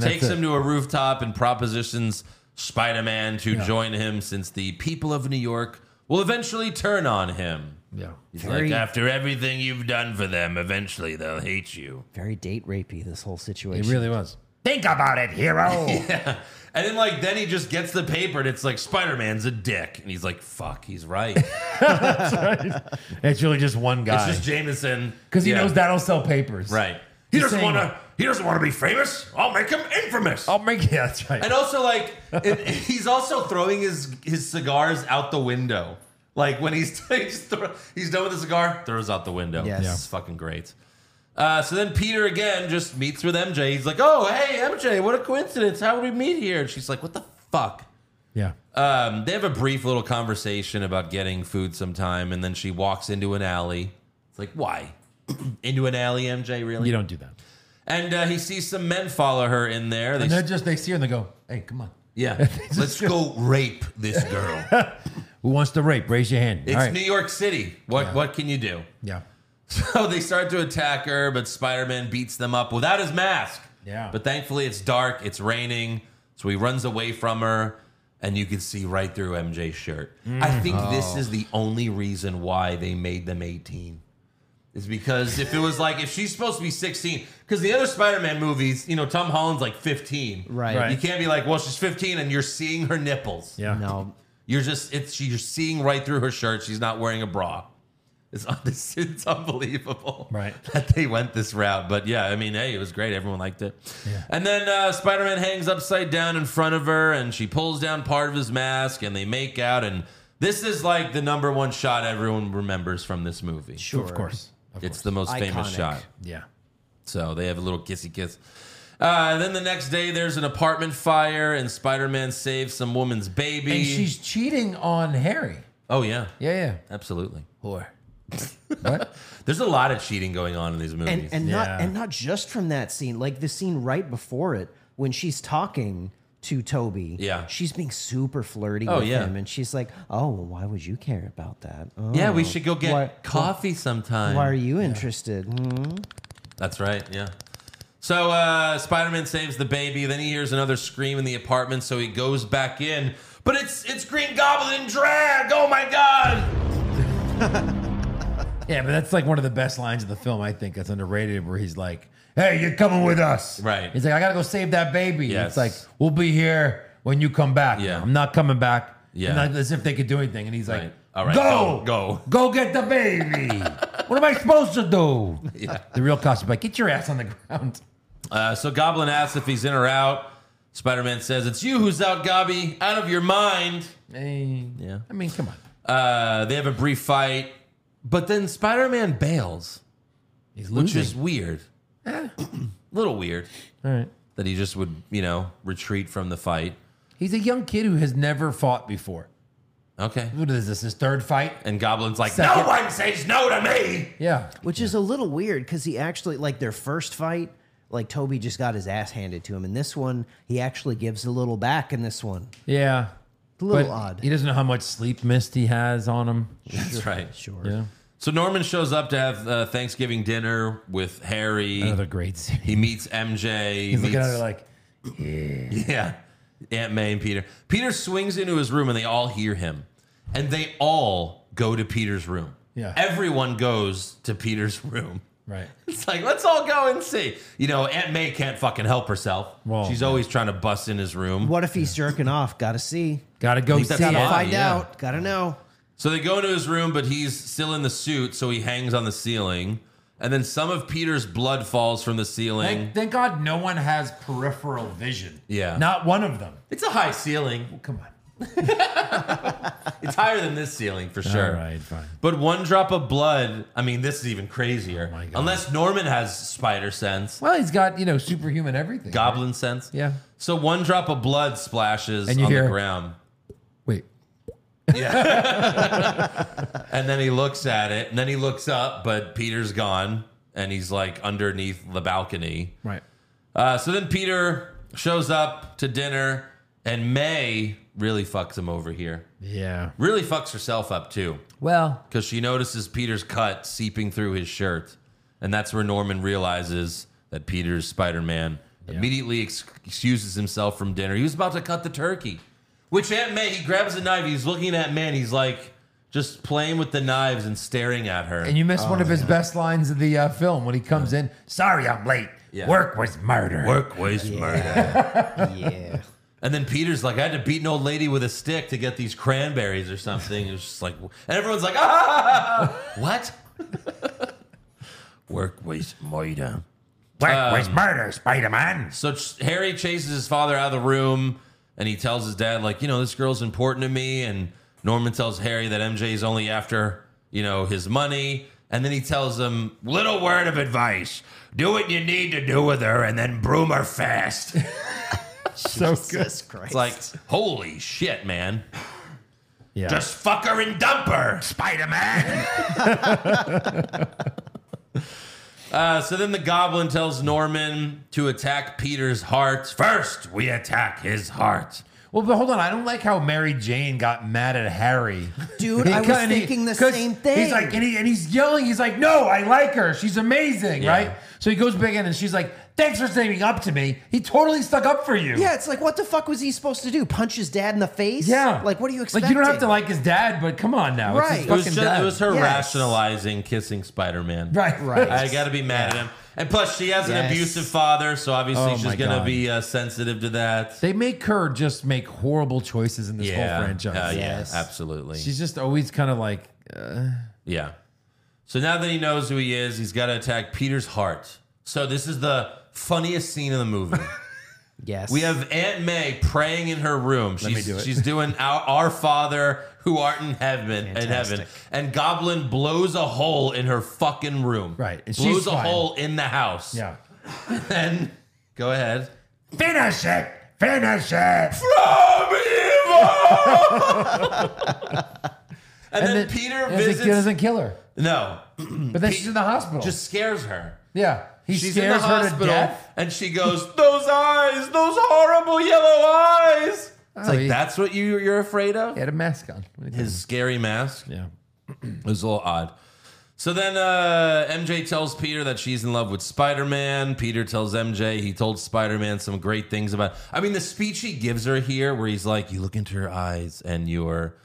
Speaker 5: that's
Speaker 3: Takes
Speaker 5: it.
Speaker 3: him to a rooftop and propositions Spider-Man to join him, since the people of New York will eventually turn on him.
Speaker 5: Yeah.
Speaker 3: He's
Speaker 4: Very-
Speaker 3: like, after everything you've done for them, eventually they'll hate you.
Speaker 4: Very date rapey, this whole
Speaker 5: It
Speaker 4: situation.
Speaker 5: really was. Think about it, hero.
Speaker 3: And then, like, then he just gets the paper, and it's like Spider-Man's a dick, and he's like, "Fuck, he's right."
Speaker 5: It's really just one
Speaker 3: It's
Speaker 5: guy.
Speaker 3: just Jameson
Speaker 5: Because he
Speaker 3: Yeah.
Speaker 5: knows that'll sell papers.
Speaker 3: right?
Speaker 5: He's saying-
Speaker 3: He doesn't want to be famous. I'll make him infamous.
Speaker 5: I'll make yeah, that's right.
Speaker 3: And also, like, it, he's also throwing his his cigars out the window. Like when he's he's, thro- he's done with the cigar, throws out the window.
Speaker 4: Yes. Yeah.
Speaker 3: it's fucking great. Uh, so then Peter again just meets with MJ. He's like, "Oh, hey, MJ, what a coincidence! How did we meet here?" And she's like, "What the fuck?"
Speaker 5: Yeah.
Speaker 3: Um, they have a brief little conversation about getting food sometime, and then she walks into an alley. It's like, why? into an alley, MJ? Really?
Speaker 5: You don't do that.
Speaker 3: And uh, he sees some men follow her in there. They
Speaker 5: And they're just, they see her and they go, hey, come on.
Speaker 3: yeah, let's go rape this girl.
Speaker 5: Who wants to rape? Raise your hand.
Speaker 3: It's
Speaker 5: All right.
Speaker 3: New York City. What what can you do?
Speaker 5: Yeah.
Speaker 3: So they start to attack her, but Spider Man beats them up without his mask.
Speaker 5: Yeah.
Speaker 3: But thankfully, it's dark. It's raining, so he runs away from her, and you can see right through MJ's shirt.
Speaker 5: Mm.
Speaker 3: I think
Speaker 5: Oh.
Speaker 3: this is the only reason why they made them eighteen. Is because if it was like if she's supposed to be sixteen, because the other Spider Man movies, you know, Tom Holland's like fifteen.
Speaker 4: Right.
Speaker 5: Right.
Speaker 3: You can't be like, well, she's fifteen, and you're seeing her nipples.
Speaker 5: Yeah.
Speaker 4: No.
Speaker 3: You're just it's you're seeing right through her shirt. She's not wearing a bra. It's it's, it's unbelievable,
Speaker 5: Right.
Speaker 3: That they went this route, but yeah, I mean, hey, it was great. Everyone liked it. And then uh, Spider Man hangs upside down in front of her, and she pulls down part of his mask, and they make out. And this is like the number one shot everyone remembers from this movie.
Speaker 4: Sure.
Speaker 5: Of course. Of
Speaker 3: It's
Speaker 5: course.
Speaker 3: the most famous
Speaker 4: Iconic.
Speaker 3: shot.
Speaker 5: Yeah.
Speaker 3: So they have a little kissy kiss. Uh, then the next day, there's an apartment fire, and Spider Man saves some woman's baby.
Speaker 5: And she's cheating on Harry.
Speaker 3: oh yeah,
Speaker 5: Yeah, yeah.
Speaker 3: absolutely.
Speaker 5: Whore. what?
Speaker 3: There's a lot of cheating going on in these movies.
Speaker 4: And and
Speaker 5: Yeah.
Speaker 4: not and not just from that scene, like the scene right before it when she's talking to Toby.
Speaker 3: Yeah.
Speaker 4: She's being super flirty
Speaker 3: Oh,
Speaker 4: with
Speaker 3: yeah.
Speaker 4: him and she's like, "Oh, well, why would you care about that?" Oh,
Speaker 3: yeah, we should go get
Speaker 4: Why-
Speaker 3: coffee sometime.
Speaker 4: Why are you interested? Hmm?
Speaker 3: That's right. Yeah. So uh, Spider-Man saves the baby. Then he hears another scream in the apartment, so he goes back in. But it's it's Green Goblin in drag. Oh my god!
Speaker 5: Yeah, but that's like one of the best lines of the film, I think. That's underrated, where he's like, hey, you're coming with us.
Speaker 3: Right.
Speaker 5: He's like, I got to go save that baby. And
Speaker 3: Yes.
Speaker 5: It's like, we'll be here when you come back.
Speaker 3: Yeah.
Speaker 5: I'm not coming back.
Speaker 3: Yeah.
Speaker 5: And like, as if they could do anything. And he's like,
Speaker 3: Right. All right,
Speaker 5: go,
Speaker 3: go,
Speaker 5: go get the baby. what am I supposed to do? The real costume, like, get your ass on the ground.
Speaker 3: Uh, so Goblin asks if he's in or out. Spider Man says, It's you who's out, Gobby. Out of your mind.
Speaker 5: Hey,
Speaker 3: Yeah.
Speaker 5: I mean, come on.
Speaker 3: Uh, they have a brief fight, but then Spider Man bails,
Speaker 5: He's
Speaker 3: which
Speaker 5: losing.
Speaker 3: is weird.
Speaker 5: Eh.
Speaker 3: little weird
Speaker 5: All right.
Speaker 3: that he just would, you know, retreat from the fight.
Speaker 5: He's a young kid who has never fought before.
Speaker 3: Okay.
Speaker 5: What is this? His third fight?
Speaker 3: And Goblin's like,
Speaker 5: Second-
Speaker 3: No one says no to me.
Speaker 5: Yeah.
Speaker 4: Which is a little weird because he actually, like their first fight, like Toby just got his ass handed to him. In this one, he actually gives a little back in this one.
Speaker 5: Yeah.
Speaker 4: It's a little
Speaker 5: But
Speaker 4: odd.
Speaker 5: He doesn't know how much sleep mist he has on him.
Speaker 3: That's right.
Speaker 4: sure.
Speaker 5: Yeah.
Speaker 3: So Norman shows up to have uh, Thanksgiving dinner with Harry.
Speaker 5: Another great scene.
Speaker 3: He meets MJ. he
Speaker 5: He's looking at
Speaker 3: meets-
Speaker 5: her like,
Speaker 3: Yeah. Aunt May and Peter. Peter swings into his room and they all hear him. And they all go to Peter's room.
Speaker 5: Yeah.
Speaker 3: Everyone goes to Peter's room.
Speaker 5: right.
Speaker 3: It's like, let's all go and see. You know, Aunt May can't fucking help herself.
Speaker 5: Well,
Speaker 3: She's always trying to bust in his room.
Speaker 4: What if he's jerking off? Gotta see.
Speaker 5: Gotta go
Speaker 3: think that's
Speaker 5: see it.
Speaker 3: Yeah,
Speaker 4: Gotta find
Speaker 3: yeah.
Speaker 4: out. Gotta know.
Speaker 3: So they go into his room, but he's still in the suit, so he hangs on the ceiling. And then some of Peter's blood falls from the ceiling.
Speaker 5: Thank, thank God no one has peripheral vision.
Speaker 3: Yeah.
Speaker 5: Not one of them.
Speaker 3: it's a high ceiling.
Speaker 5: Come on.
Speaker 3: It's higher than this ceiling for sure.
Speaker 5: All right, fine.
Speaker 3: But one drop of blood, I mean, this is even crazier.
Speaker 5: Oh my God.
Speaker 3: Unless Norman has spider sense,
Speaker 5: Well, he's got, you know, superhuman everything.
Speaker 3: goblin sense.
Speaker 5: Yeah.
Speaker 3: So one drop of blood splashes
Speaker 5: And you
Speaker 3: on the
Speaker 5: hear-
Speaker 3: ground.
Speaker 5: Wait.
Speaker 3: And then he looks at it, and then he looks up, but Peter's gone, and he's like underneath the balcony.
Speaker 5: Right.
Speaker 3: Uh, so then Peter shows up to dinner, and May really fucks him over here.
Speaker 5: Yeah.
Speaker 3: Really fucks herself up, too.
Speaker 5: Well,
Speaker 3: because she notices Peter's cut seeping through his shirt, and that's where Norman realizes that Peter's Spider Man. Immediately ex- excuses himself from dinner. He was about to cut the turkey, which Aunt May he grabs a knife. He's looking at May. And he's like just playing with the knives and staring at her.
Speaker 5: and you missed
Speaker 3: Oh,
Speaker 5: one of his best lines of the uh, film when he comes in. Sorry, I'm late.
Speaker 3: Yeah.
Speaker 5: Work was murder.
Speaker 3: work waste murder.
Speaker 4: Yeah.
Speaker 3: And then Peter's like, I had to beat an old lady with a stick to get these cranberries or something. It was just like, and everyone's like, ah, what? work waste murder.
Speaker 5: Work was murder, Spider Man.
Speaker 3: So Ch- Harry chases his father out of the room, and he tells his dad, like, you know, this girl's important to me. And Norman tells Harry that MJ is only after, you know, his money. And then he tells him, little word of advice: do what you need to do with her, and then broom her fast. It's
Speaker 5: So good.
Speaker 4: Jesus Christ.
Speaker 3: like, holy shit, man!
Speaker 5: Yeah.
Speaker 3: Just fuck her and dump her, Spider Man. Uh, so then the goblin tells Norman to attack Peter's heart. First, we attack his heart.
Speaker 5: well, but hold on. I don't like how Mary Jane got mad at Harry.
Speaker 4: Dude, I was
Speaker 5: kinda-
Speaker 4: thinking the
Speaker 5: 'cause
Speaker 4: same thing.
Speaker 5: He's like, and, he, and he's yelling. He's like, "No, I like her. She's amazing,
Speaker 3: Yeah.
Speaker 5: right?" So he goes back in, and she's like, "Thanks for standing up to me. He totally stuck up for you."
Speaker 4: yeah, it's like, what the fuck was he supposed to do? Punch his dad in the face?
Speaker 5: yeah.
Speaker 4: Like, what are you
Speaker 5: Like,
Speaker 4: expecting?
Speaker 5: you don't have to like his dad, but come on now, It's his
Speaker 4: Right.
Speaker 3: It was,
Speaker 5: fucking
Speaker 3: just,
Speaker 5: dad.
Speaker 3: it was her
Speaker 4: Yes.
Speaker 3: rationalizing kissing Spider Man.
Speaker 5: Right,
Speaker 4: Right.
Speaker 3: I got to be mad at him. And plus, she has an
Speaker 4: Yes.
Speaker 3: abusive father, so obviously
Speaker 5: Oh,
Speaker 3: she's
Speaker 5: my
Speaker 3: going to
Speaker 5: God.
Speaker 3: be uh, sensitive to that.
Speaker 5: They make her just make horrible choices in this
Speaker 3: yeah.
Speaker 5: whole franchise.
Speaker 3: Uh, yeah,
Speaker 4: Yes.
Speaker 3: absolutely.
Speaker 5: She's just always kind of like, uh,
Speaker 3: yeah. So now that he knows who he is, he's got to attack Peter's heart. So this is the funniest scene in the movie.
Speaker 4: Yes.
Speaker 3: We have Aunt May praying in her room. She's,
Speaker 5: me do it.
Speaker 3: she's doing our, our Father who art in heaven, in heaven,
Speaker 4: Fantastic.
Speaker 3: and Goblin blows a hole in her fucking room.
Speaker 5: Right, and
Speaker 3: blows
Speaker 5: she's
Speaker 3: a
Speaker 5: fine.
Speaker 3: hole in the house.
Speaker 5: yeah.
Speaker 3: and go ahead.
Speaker 5: Finish it. Finish it.
Speaker 3: From evil. and, then, Peter
Speaker 5: doesn't-
Speaker 3: visits.
Speaker 5: doesn't kill her,
Speaker 3: no,
Speaker 5: but then she's in the hospital.
Speaker 3: just scares her.
Speaker 5: yeah, he
Speaker 3: She's in
Speaker 5: scares
Speaker 3: the
Speaker 5: her
Speaker 3: hospital,
Speaker 5: to death.
Speaker 3: and she goes, "Those eyes, those horrible yellow eyes." It's
Speaker 5: Oh,
Speaker 3: like
Speaker 5: he-
Speaker 3: that's what you you're afraid of.
Speaker 5: He had a mask on. What do you think?
Speaker 3: his scary mask.
Speaker 5: yeah.
Speaker 3: It was a little odd. So then uh, MJ tells Peter that she's in love with Spider Man. Peter tells MJ he told Spider Man some great things about. I mean, the speech he gives her here, where he's like, "You look into her eyes, and you're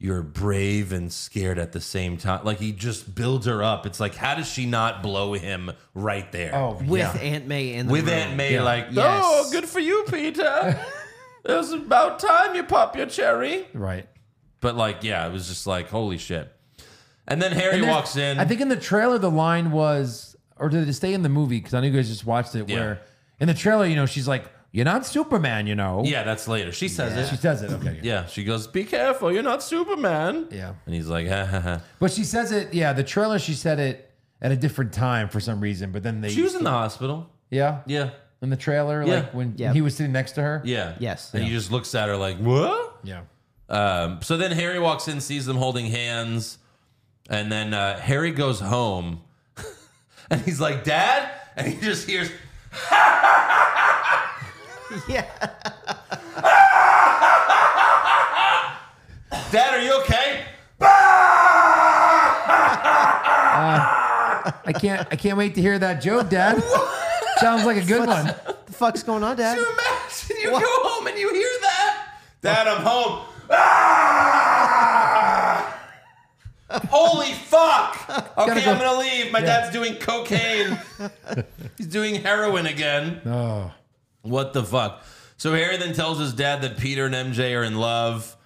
Speaker 3: you're brave and scared at the same time." Like he just builds her up. It's like, how does she not blow him right there?
Speaker 5: Oh,
Speaker 4: with
Speaker 5: yeah.
Speaker 4: Aunt May in the
Speaker 3: with
Speaker 4: room.
Speaker 3: Aunt May,
Speaker 5: Yeah.
Speaker 3: like,
Speaker 4: Yes.
Speaker 3: oh, good for you, Peter. It's about time you pop your cherry.
Speaker 5: Right.
Speaker 3: But like, yeah, it was just like, holy shit. And then Harry
Speaker 5: And there's-
Speaker 3: walks in.
Speaker 5: I think in the trailer the line was, or did it stay in the movie? Because I know you guys just watched it.
Speaker 3: Yeah.
Speaker 5: Where in the trailer, you know, she's like, "You're not Superman," you know.
Speaker 3: yeah, that's later. She says
Speaker 5: She
Speaker 3: it.
Speaker 5: says it. Okay.
Speaker 3: Yeah, she goes, "Be careful, you're not Superman."
Speaker 5: Yeah.
Speaker 3: And he's like, ha ha ha.
Speaker 5: But she says it. Yeah. The trailer, she said it at a different time for some reason. But then they.
Speaker 3: She was in the hospital.
Speaker 5: yeah.
Speaker 3: Yeah,
Speaker 5: In the trailer,
Speaker 3: Yeah.
Speaker 5: like when
Speaker 4: Yeah.
Speaker 5: he was sitting next to her.
Speaker 3: yeah,
Speaker 4: Yes.
Speaker 3: And he just looks at her like, "What?"
Speaker 5: Yeah.
Speaker 3: Um, so then Harry walks in, sees them holding hands, and then uh, Harry goes home, and he's like, "Dad," and he just hears,
Speaker 4: Yeah.
Speaker 3: "Dad, are you okay?"
Speaker 5: I can't. I can't wait to hear that joke, Dad. Sounds like a good one.
Speaker 4: the fuck's going on, Dad?
Speaker 3: Can you imagine you go home and you hear that? Dad, I'm home. Ah! Holy fuck! Okay,
Speaker 5: go.
Speaker 3: I'm gonna leave. My dad's doing cocaine. He's doing heroin again.
Speaker 5: Oh.
Speaker 3: What the fuck? So Harry then tells his dad that Peter and MJ are in love.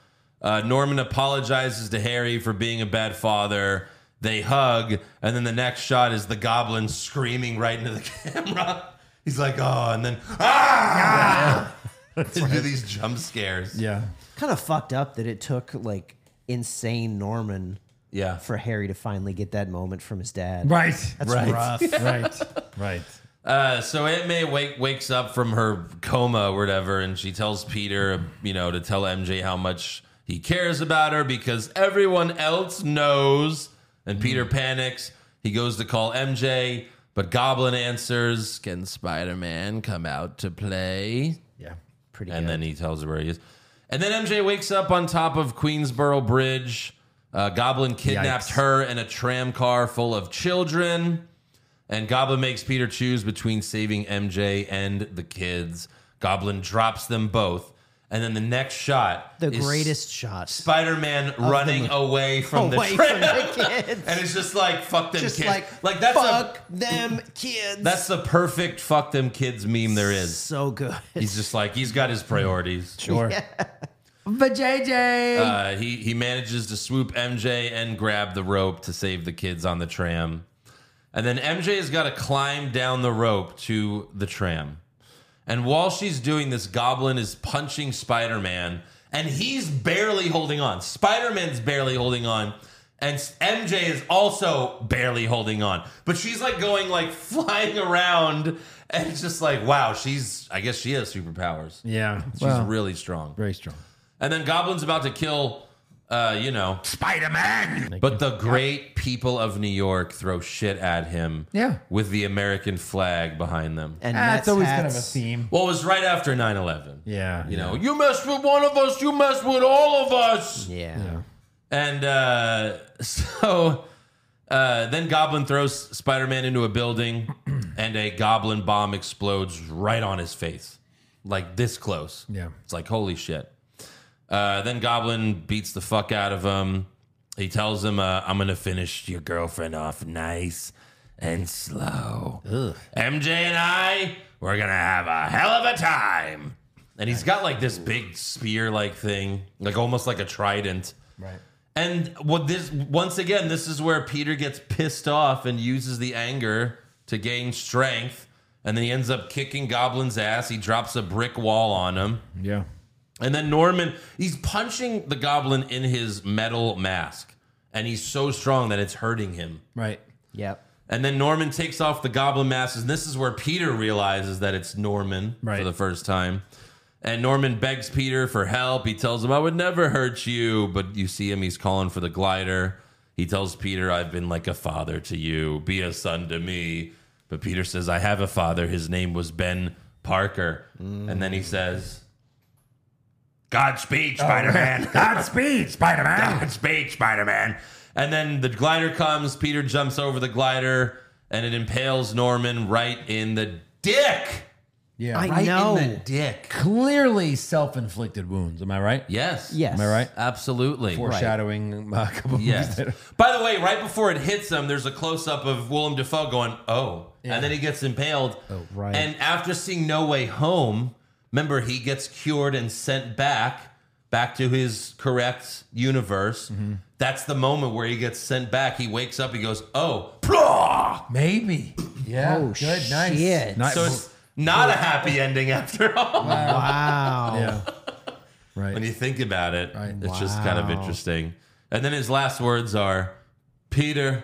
Speaker 3: Uh, Norman apologizes to Harry for being a bad father. They hug, and then the next shot is the goblin screaming right into the camera. He's like, oh, and then, ah! to do these jump scares.
Speaker 5: Yeah.
Speaker 4: kind of fucked up that it took like insane Norman
Speaker 3: Yeah.
Speaker 4: for Harry to finally get that moment from his dad.
Speaker 5: Right.
Speaker 4: That's
Speaker 3: Right.
Speaker 4: rough.
Speaker 5: right. Right.
Speaker 3: Uh, so Aunt May wake, wakes up from her coma or whatever, and she tells Peter, you know, to tell MJ how much he cares about her because everyone else knows. And Peter panics. He goes to call MJ, but Goblin answers, Can Spider Man come out to play?
Speaker 5: Yeah.
Speaker 4: Pretty
Speaker 3: And
Speaker 4: good.
Speaker 3: then he tells her where he is. And then MJ wakes up on top of Queensboro Bridge. Uh, Goblin kidnapped
Speaker 5: Yikes.
Speaker 3: her in a tram car full of children. And Goblin makes Peter choose between saving MJ and the kids. Goblin drops them both. And then the next shot
Speaker 4: the
Speaker 3: is
Speaker 4: greatest shot.
Speaker 3: Spider Man running away from
Speaker 4: away
Speaker 3: the tram.
Speaker 4: from the kids.
Speaker 3: and it's just like, fuck them
Speaker 4: Just
Speaker 3: kids.
Speaker 4: like,
Speaker 3: like that's,
Speaker 4: fuck
Speaker 3: a,
Speaker 4: them kids.
Speaker 3: that's the perfect fuck them kids meme there is.
Speaker 4: so good.
Speaker 3: He's just like, he's got his priorities.
Speaker 5: Sure. But JJ.
Speaker 3: Uh, he he manages to swoop MJ and grab the rope to save the kids on the tram, and then MJ has got to climb down the rope to the tram. And while she's doing this, Goblin is punching Spider Man, and he's barely holding on. Spider Man's barely holding on, and s- MJ is also barely holding on. But she's like going like flying around, and it's just like wow, she's I guess she has superpowers.
Speaker 5: yeah.
Speaker 3: She's
Speaker 5: Well,
Speaker 3: really strong.
Speaker 5: very strong.
Speaker 3: And then Goblin's about to kill, uh, you know, Spider Man. But the great people of New York throw shit at him.
Speaker 5: Yeah.
Speaker 3: With the American flag behind them.
Speaker 4: And
Speaker 5: That's
Speaker 4: Mets
Speaker 5: always
Speaker 4: hats.
Speaker 5: kind of a theme.
Speaker 3: Well, it was right after 9 11.
Speaker 5: Yeah.
Speaker 3: You know, you mess with one of us, you mess with all of us.
Speaker 4: Yeah.
Speaker 3: And uh, so uh, then Goblin throws Spider Man into a building, and a Goblin bomb explodes right on his face, like this close.
Speaker 5: Yeah.
Speaker 3: It's like, holy shit. Uh, then Goblin beats the fuck out of him. He tells him, uh, I'm going to finish your girlfriend off nice and slow. MJ and I, we're going to have a hell of a time. And he's got like this big spear like thing, like almost like a trident.
Speaker 5: Right.
Speaker 3: And what this once again, this is where Peter gets pissed off and uses the anger to gain strength, and then he ends up kicking Goblin's ass. He drops a brick wall on him,
Speaker 5: Yeah.
Speaker 3: and then Norman he's punching the Goblin in his metal mask, and he's so strong that it's hurting him.
Speaker 5: Right.
Speaker 4: Yep.
Speaker 3: And then Norman takes off the goblin mask, and this is where Peter realizes that it's Norman for
Speaker 5: Right.
Speaker 3: the first time. And Norman begs Peter for help. He tells him, I would never hurt you. But you see him, he's calling for the glider. He tells Peter, I've been like a father to you. Be a son to me. But Peter says, I have a father. His name was Ben Parker. And then he says, Godspeed, Spider Man.
Speaker 5: Godspeed, Spider Man.
Speaker 3: Godspeed, Spider Man. And then the glider comes. Peter jumps over the glider, and it impales Norman right in the dick.
Speaker 5: Yeah.
Speaker 4: I
Speaker 3: Right
Speaker 4: know.
Speaker 3: in the dick.
Speaker 5: Clearly self inflicted wounds. Am I right?
Speaker 3: Yes.
Speaker 4: Yes.
Speaker 5: Am I right?
Speaker 3: Absolutely.
Speaker 5: Foreshadowing uh, a couple of
Speaker 3: Yes.
Speaker 5: movies
Speaker 3: By the way, right before it hits him, there's a close up of Willem Dafoe going, "Oh," and then he gets impaled.
Speaker 5: Oh, right.
Speaker 3: And after seeing No Way Home, Remember, he gets cured and sent back back to his correct universe. That's the moment where he gets sent back. He wakes up. He goes, "Oh, Plah!
Speaker 5: Maybe. Yeah.
Speaker 4: Oh,
Speaker 5: good. Nice.
Speaker 4: shit.
Speaker 5: Nice.
Speaker 3: so it's not a happy ending after all."
Speaker 4: Wow.
Speaker 5: yeah. Oh. Right.
Speaker 3: When you think about it,
Speaker 5: Right.
Speaker 3: it's just kind of
Speaker 4: Wow.
Speaker 3: interesting. And then his last words are, "Peter,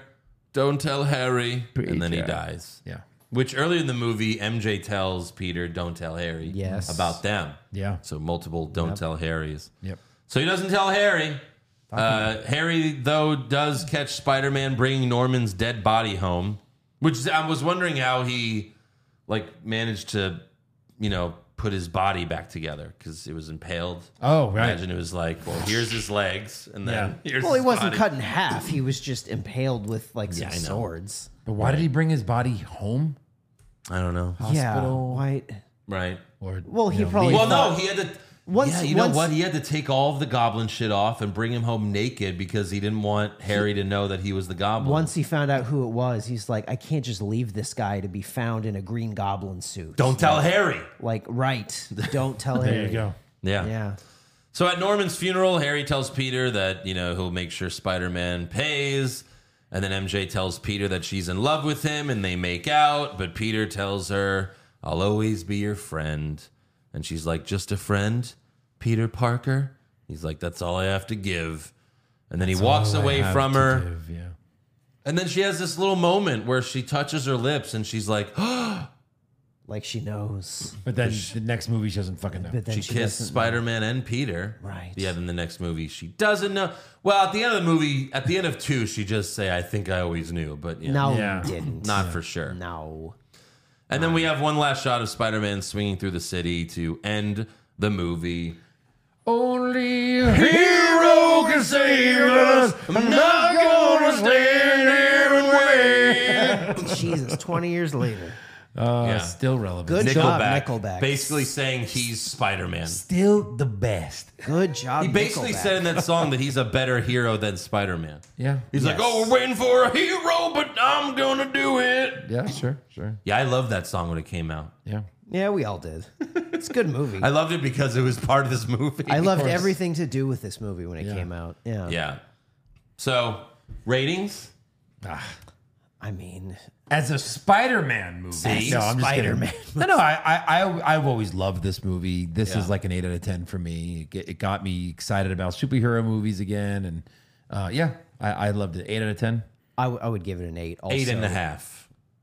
Speaker 3: don't tell Harry," and then he dies.
Speaker 5: yeah.
Speaker 3: Which earlier in the movie, MJ tells Peter, "Don't tell Harry."
Speaker 4: Yes.
Speaker 3: about them.
Speaker 5: Yeah.
Speaker 3: So multiple "Don't tell Harrys."
Speaker 5: Yep.
Speaker 3: So he doesn't tell Harry. Uh, Harry, though, does catch Spider Man bringing Norman's dead body home, which I was wondering how he like managed to, you know, put his body back together because it was impaled.
Speaker 5: Oh, right.
Speaker 3: Imagine it was like, well, here's his legs, and then here's
Speaker 4: Well, he
Speaker 3: his
Speaker 4: wasn't
Speaker 3: body.
Speaker 4: cut in half. He was just impaled with like some
Speaker 3: I know.
Speaker 4: swords.
Speaker 5: But why did he bring his body home?
Speaker 3: I don't know.
Speaker 5: Hospital.
Speaker 4: Yeah. Why?
Speaker 3: Right.
Speaker 5: Or
Speaker 4: Well, he
Speaker 5: you know,
Speaker 4: probably-
Speaker 5: leave-
Speaker 3: Well, no, he had to.
Speaker 4: Once-
Speaker 3: yeah, you
Speaker 4: once-
Speaker 3: know what? He had to take all of the goblin shit off and bring him home naked because he didn't want Harry to know that he was the goblin.
Speaker 4: Once he found out who it was, he's like, I can't just leave this guy to be found in a green goblin suit.
Speaker 3: don't tell Harry.
Speaker 4: Like, right. Don't tell him.
Speaker 5: There you go.
Speaker 4: Yeah.
Speaker 3: So at Norman's funeral, Harry tells Peter that, you know, he'll make sure Spider Man pays. And then MJ tells Peter that she's in love with him and they make out. But Peter tells her, I'll always be your friend. And she's like, Just a friend, Peter Parker? He's like, That's all I have to give. And then he walks
Speaker 5: All I
Speaker 3: away
Speaker 5: have
Speaker 3: from
Speaker 5: to
Speaker 3: her.
Speaker 5: give, yeah.
Speaker 3: And then she has this little moment where she touches her lips and she's like,
Speaker 4: Like she knows.
Speaker 5: But then the next movie she doesn't fucking know.
Speaker 4: But then
Speaker 3: she,
Speaker 4: she,
Speaker 3: kissed
Speaker 4: doesn't-
Speaker 3: Spider Man and Peter.
Speaker 4: Right.
Speaker 3: Yeah, then the next movie, she doesn't know. Well, at the end of the movie, at the end of two, she just say, I think I always knew, but yeah,
Speaker 4: No,
Speaker 5: Yeah.
Speaker 4: didn't.
Speaker 3: not for sure.
Speaker 4: No.
Speaker 3: And then we have one last shot of Spider Man swinging through the city to end the movie.
Speaker 5: Only a hero can save us. I'm not gonna stand here and wait.
Speaker 4: Jesus, 20 years later.
Speaker 3: yeah.
Speaker 5: Still relevant.
Speaker 4: Good
Speaker 3: Nickelback,
Speaker 4: job, Uh, Nickelback.
Speaker 3: Basically saying he's Spider Man.
Speaker 5: Still the best.
Speaker 4: Good job.
Speaker 3: He basically
Speaker 4: Nickelback.
Speaker 3: said in that song that he's a better hero than Spider Man.
Speaker 5: Yeah.
Speaker 3: He's like, oh, we're waiting for a hero, but I'm gonna do it.
Speaker 5: Yeah. Sure. Sure.
Speaker 3: Yeah, I loved that song when it came out.
Speaker 5: Yeah.
Speaker 4: Yeah, we all did. It's a good movie.
Speaker 3: I
Speaker 4: I,
Speaker 3: loved it because it was part of this movie.
Speaker 4: loved everything to do with this movie when it
Speaker 5: Yeah.
Speaker 4: came out. Yeah.
Speaker 3: Yeah. So ratings.
Speaker 4: I mean,
Speaker 5: Ah. As a Spider-Man movie.
Speaker 3: See?
Speaker 5: no, I'm
Speaker 4: Spider-Man
Speaker 5: Just kidding. no, no. I, I, I, I've always loved this movie. This is like an eight out of ten for me. It, get- it got me excited about superhero movies again, and uh, yeah, I, I loved it. Eight out of ten.
Speaker 4: I, w- I would give it an eight. Also.
Speaker 3: eight and a half.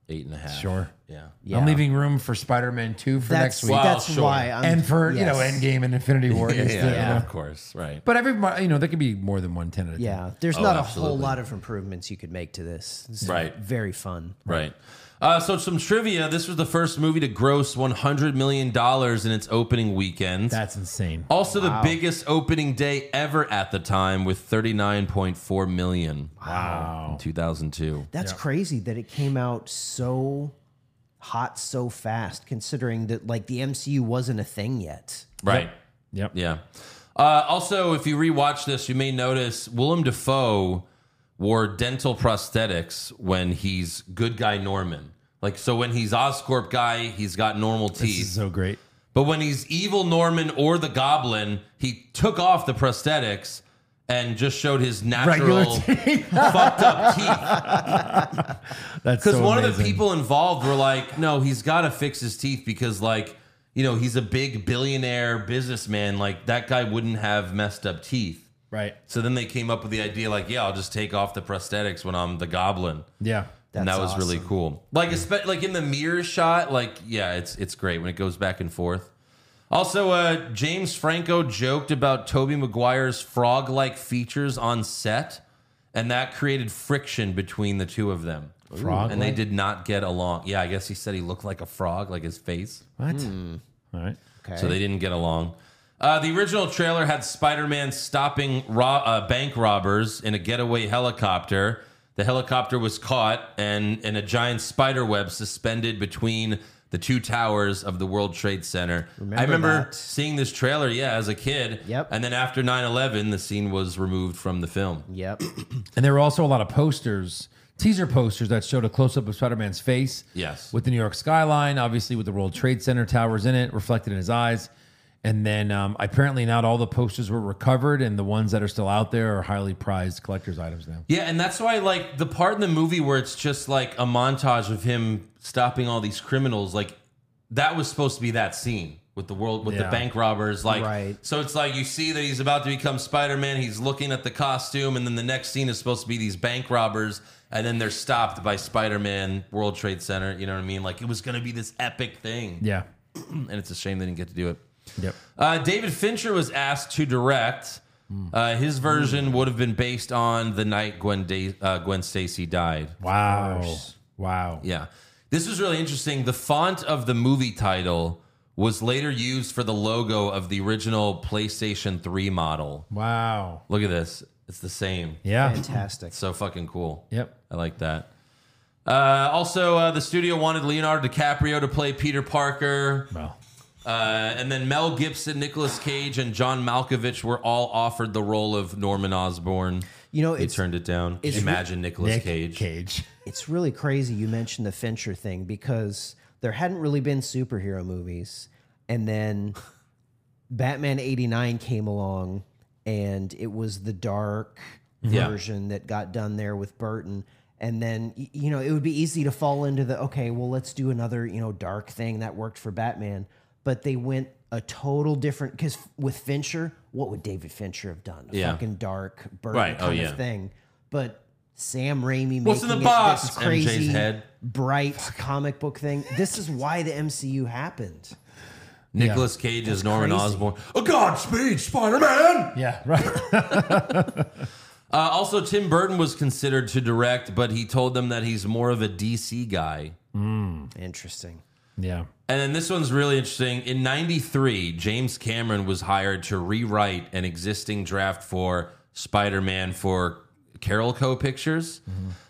Speaker 3: Eight and a half.
Speaker 5: Sure.
Speaker 3: Yeah.
Speaker 4: Yeah.
Speaker 5: I'm leaving room for Spider-Man two for
Speaker 4: That's,
Speaker 5: next week,
Speaker 3: Wow,
Speaker 4: that's
Speaker 3: sure.
Speaker 4: why I'm.
Speaker 5: and for you know
Speaker 4: yes.
Speaker 5: Endgame and Infinity War.
Speaker 3: Yeah,
Speaker 5: against the- you know.
Speaker 3: Of course. Right.
Speaker 5: But every you know there could be more than one ten out of ten.
Speaker 4: Yeah, there's not a whole
Speaker 3: Oh, absolutely.
Speaker 4: lot of improvements you could make to this. It's
Speaker 3: Right.
Speaker 4: Very fun.
Speaker 3: Right. Uh, so some trivia. This was the first movie to gross one hundred million dollars in its opening weekend.
Speaker 5: that's insane.
Speaker 3: also the biggest opening day ever at the time with 39.4 million. Wow. In 2002.
Speaker 4: That's crazy that it came out so hot so fast, considering that like the MCU wasn't a thing yet.
Speaker 3: Right.
Speaker 5: Yep.
Speaker 3: Yeah. Uh, also, if you rewatch this, you may notice Willem Dafoe wore dental prosthetics when he's good guy Norman. Like, so when he's Oscorp guy, he's got normal
Speaker 5: This is
Speaker 3: teeth.
Speaker 5: so great.
Speaker 3: But when he's evil Norman or the goblin, he took off the prosthetics and just showed his
Speaker 5: Regular
Speaker 3: natural
Speaker 5: teeth.
Speaker 3: fucked up teeth.
Speaker 5: That's
Speaker 3: Because
Speaker 5: so
Speaker 3: one of the
Speaker 5: amazing.
Speaker 3: people involved were like, no, he's got to fix his teeth because, like, you know, he's a big billionaire businessman. Like, that guy wouldn't have messed up teeth.
Speaker 5: Right.
Speaker 3: So then they came up with the idea, like, yeah, I'll just take off the prosthetics when I'm the goblin.
Speaker 5: Yeah.
Speaker 3: and that
Speaker 4: That's
Speaker 3: was really
Speaker 4: awesome.
Speaker 3: cool. Like, espe- like in the mirror shot, like, yeah, it's it's great when it goes back and forth. Also, uh, James Franco joked about Toby Maguire's frog-like features on set, and that created friction between the two of them.
Speaker 5: Frog.
Speaker 3: And they did not get along. Yeah, I guess he said he looked like a frog, like his face.
Speaker 5: What? All right.
Speaker 4: Okay.
Speaker 3: So they didn't get along. Uh, the original trailer had Spider Man stopping ro- uh, bank robbers in a getaway helicopter. The helicopter was caught, and, and a giant spider web suspended between the two towers of the World Trade Center. I
Speaker 4: Remember
Speaker 3: remember
Speaker 4: that.
Speaker 3: seeing this trailer, yeah, as a kid.
Speaker 4: Yep.
Speaker 3: And then after 9 11, the scene was removed from the film.
Speaker 4: Yep.
Speaker 5: And there were also a lot of posters teaser posters that showed a close up of Spider Man's face.
Speaker 3: Yes.
Speaker 5: With the New York skyline, obviously with the World Trade Center towers in it, reflected in his eyes. And then um, apparently, not all the posters were recovered, and the ones that are still out there are highly prized collector's items now.
Speaker 3: Yeah, and that's why like the part in the movie where it's just like a montage of him stopping all these criminals, like that was supposed to be that scene with the world with the
Speaker 5: Yeah.
Speaker 3: bank robbers. Like
Speaker 4: Right.
Speaker 3: so it's like you see that he's about to become Spider Man, he's looking at the costume, and then the next scene is supposed to be these bank robbers, and then they're stopped by Spider Man World Trade Center, you know what I mean? Like it was gonna be this epic thing.
Speaker 5: Yeah.
Speaker 3: And it's a shame they didn't get to do it.
Speaker 5: Yep.
Speaker 3: Uh, David Fincher was asked to direct. Uh, his version would have been based on the night Gwen da- uh, Gwen Stacy died.
Speaker 5: Wow. Wow.
Speaker 3: Yeah, this is really interesting. The font of the movie title was later used for the logo of the original PlayStation 3 model.
Speaker 5: Wow.
Speaker 3: Look at this; it's the same.
Speaker 5: Yeah.
Speaker 4: Fantastic.
Speaker 3: So fucking cool.
Speaker 5: Yep.
Speaker 3: I like that. Uh, also, uh, the studio wanted Leonardo DiCaprio to play Peter Parker.
Speaker 5: Well.
Speaker 3: Uh, and then Mel Gibson, Nicolas Cage, and John Malkovich were all offered the role of Norman Osborn.
Speaker 4: You know,
Speaker 3: They
Speaker 4: it's
Speaker 3: turned it down.
Speaker 4: it's-
Speaker 3: Imagine Nicolas
Speaker 5: Nick
Speaker 3: Cage.
Speaker 5: Cage.
Speaker 4: it's really crazy you mentioned the Fincher thing because there hadn't really been superhero movies. And then Batman 89 came along and it was the dark
Speaker 3: Yeah.
Speaker 4: version that got done there with Burton. And then, y- you know, it would be easy to fall into the, okay, well, let's do another, you know, dark thing that worked for Batman. But they went a total different, because with Fincher, what would David Fincher have done? A
Speaker 3: Yeah.
Speaker 4: fucking dark Burton
Speaker 3: Right. Oh,
Speaker 4: kind
Speaker 3: yeah.
Speaker 4: of thing. But Sam Raimi
Speaker 3: What's in
Speaker 4: making
Speaker 3: the
Speaker 4: it
Speaker 3: box?
Speaker 4: This
Speaker 3: MJ's
Speaker 4: crazy,
Speaker 3: head.
Speaker 4: bright comic book thing. This is why the MCU happened.
Speaker 3: Nicolas Cage is Norman
Speaker 4: crazy.
Speaker 3: Osborn. A Godspeed, Spider Man!
Speaker 5: Yeah. Right.
Speaker 3: Uh, also, Tim Burton was considered to direct, but he told them that he's more of a DC guy.
Speaker 4: Interesting.
Speaker 5: yeah.
Speaker 3: And then this one's really interesting. In 93, James Cameron was hired to rewrite an existing draft for Spider Man for Carol Co. Pictures.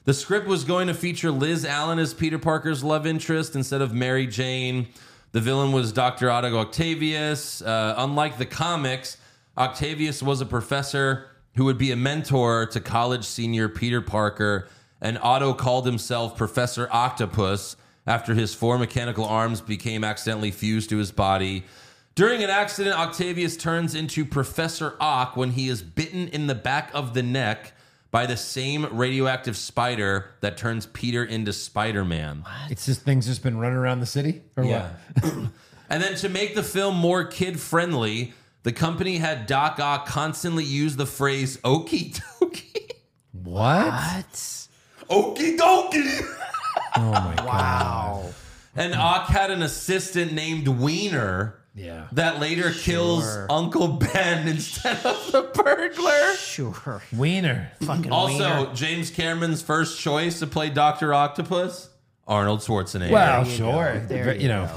Speaker 3: The script was going to feature Liz Allen as Peter Parker's love interest instead of Mary Jane. The villain was Dr. Otto Octavius. Uh, unlike the comics, Octavius was a professor who would be a mentor to college senior Peter Parker, and Otto called himself Professor Octopus after his four mechanical arms became accidentally fused to his body. During an accident, Octavius turns into Professor Ock when he is bitten in the back of the neck by the same radioactive spider that turns Peter into Spider Man.
Speaker 5: It's just things just been running around the city or
Speaker 3: Yeah. and then to make the film more kid friendly, the company had Doc Ock constantly use the phrase okie dokie.
Speaker 5: what? What?
Speaker 4: What?
Speaker 3: Okie dokie.
Speaker 5: Oh my god.
Speaker 3: And Ock had an assistant named Wiener
Speaker 5: Yeah.
Speaker 3: that later kills Uncle Ben instead of the burglar.
Speaker 4: Sure.
Speaker 5: Wiener.
Speaker 4: Fucking
Speaker 3: Also,
Speaker 4: wiener.
Speaker 3: James Cameron's first choice to play Dr. Octopus, Arnold Schwarzenegger.
Speaker 5: Well,
Speaker 4: you
Speaker 5: sure.
Speaker 4: go. Oh, There
Speaker 5: But,
Speaker 4: you
Speaker 5: you know.
Speaker 4: go.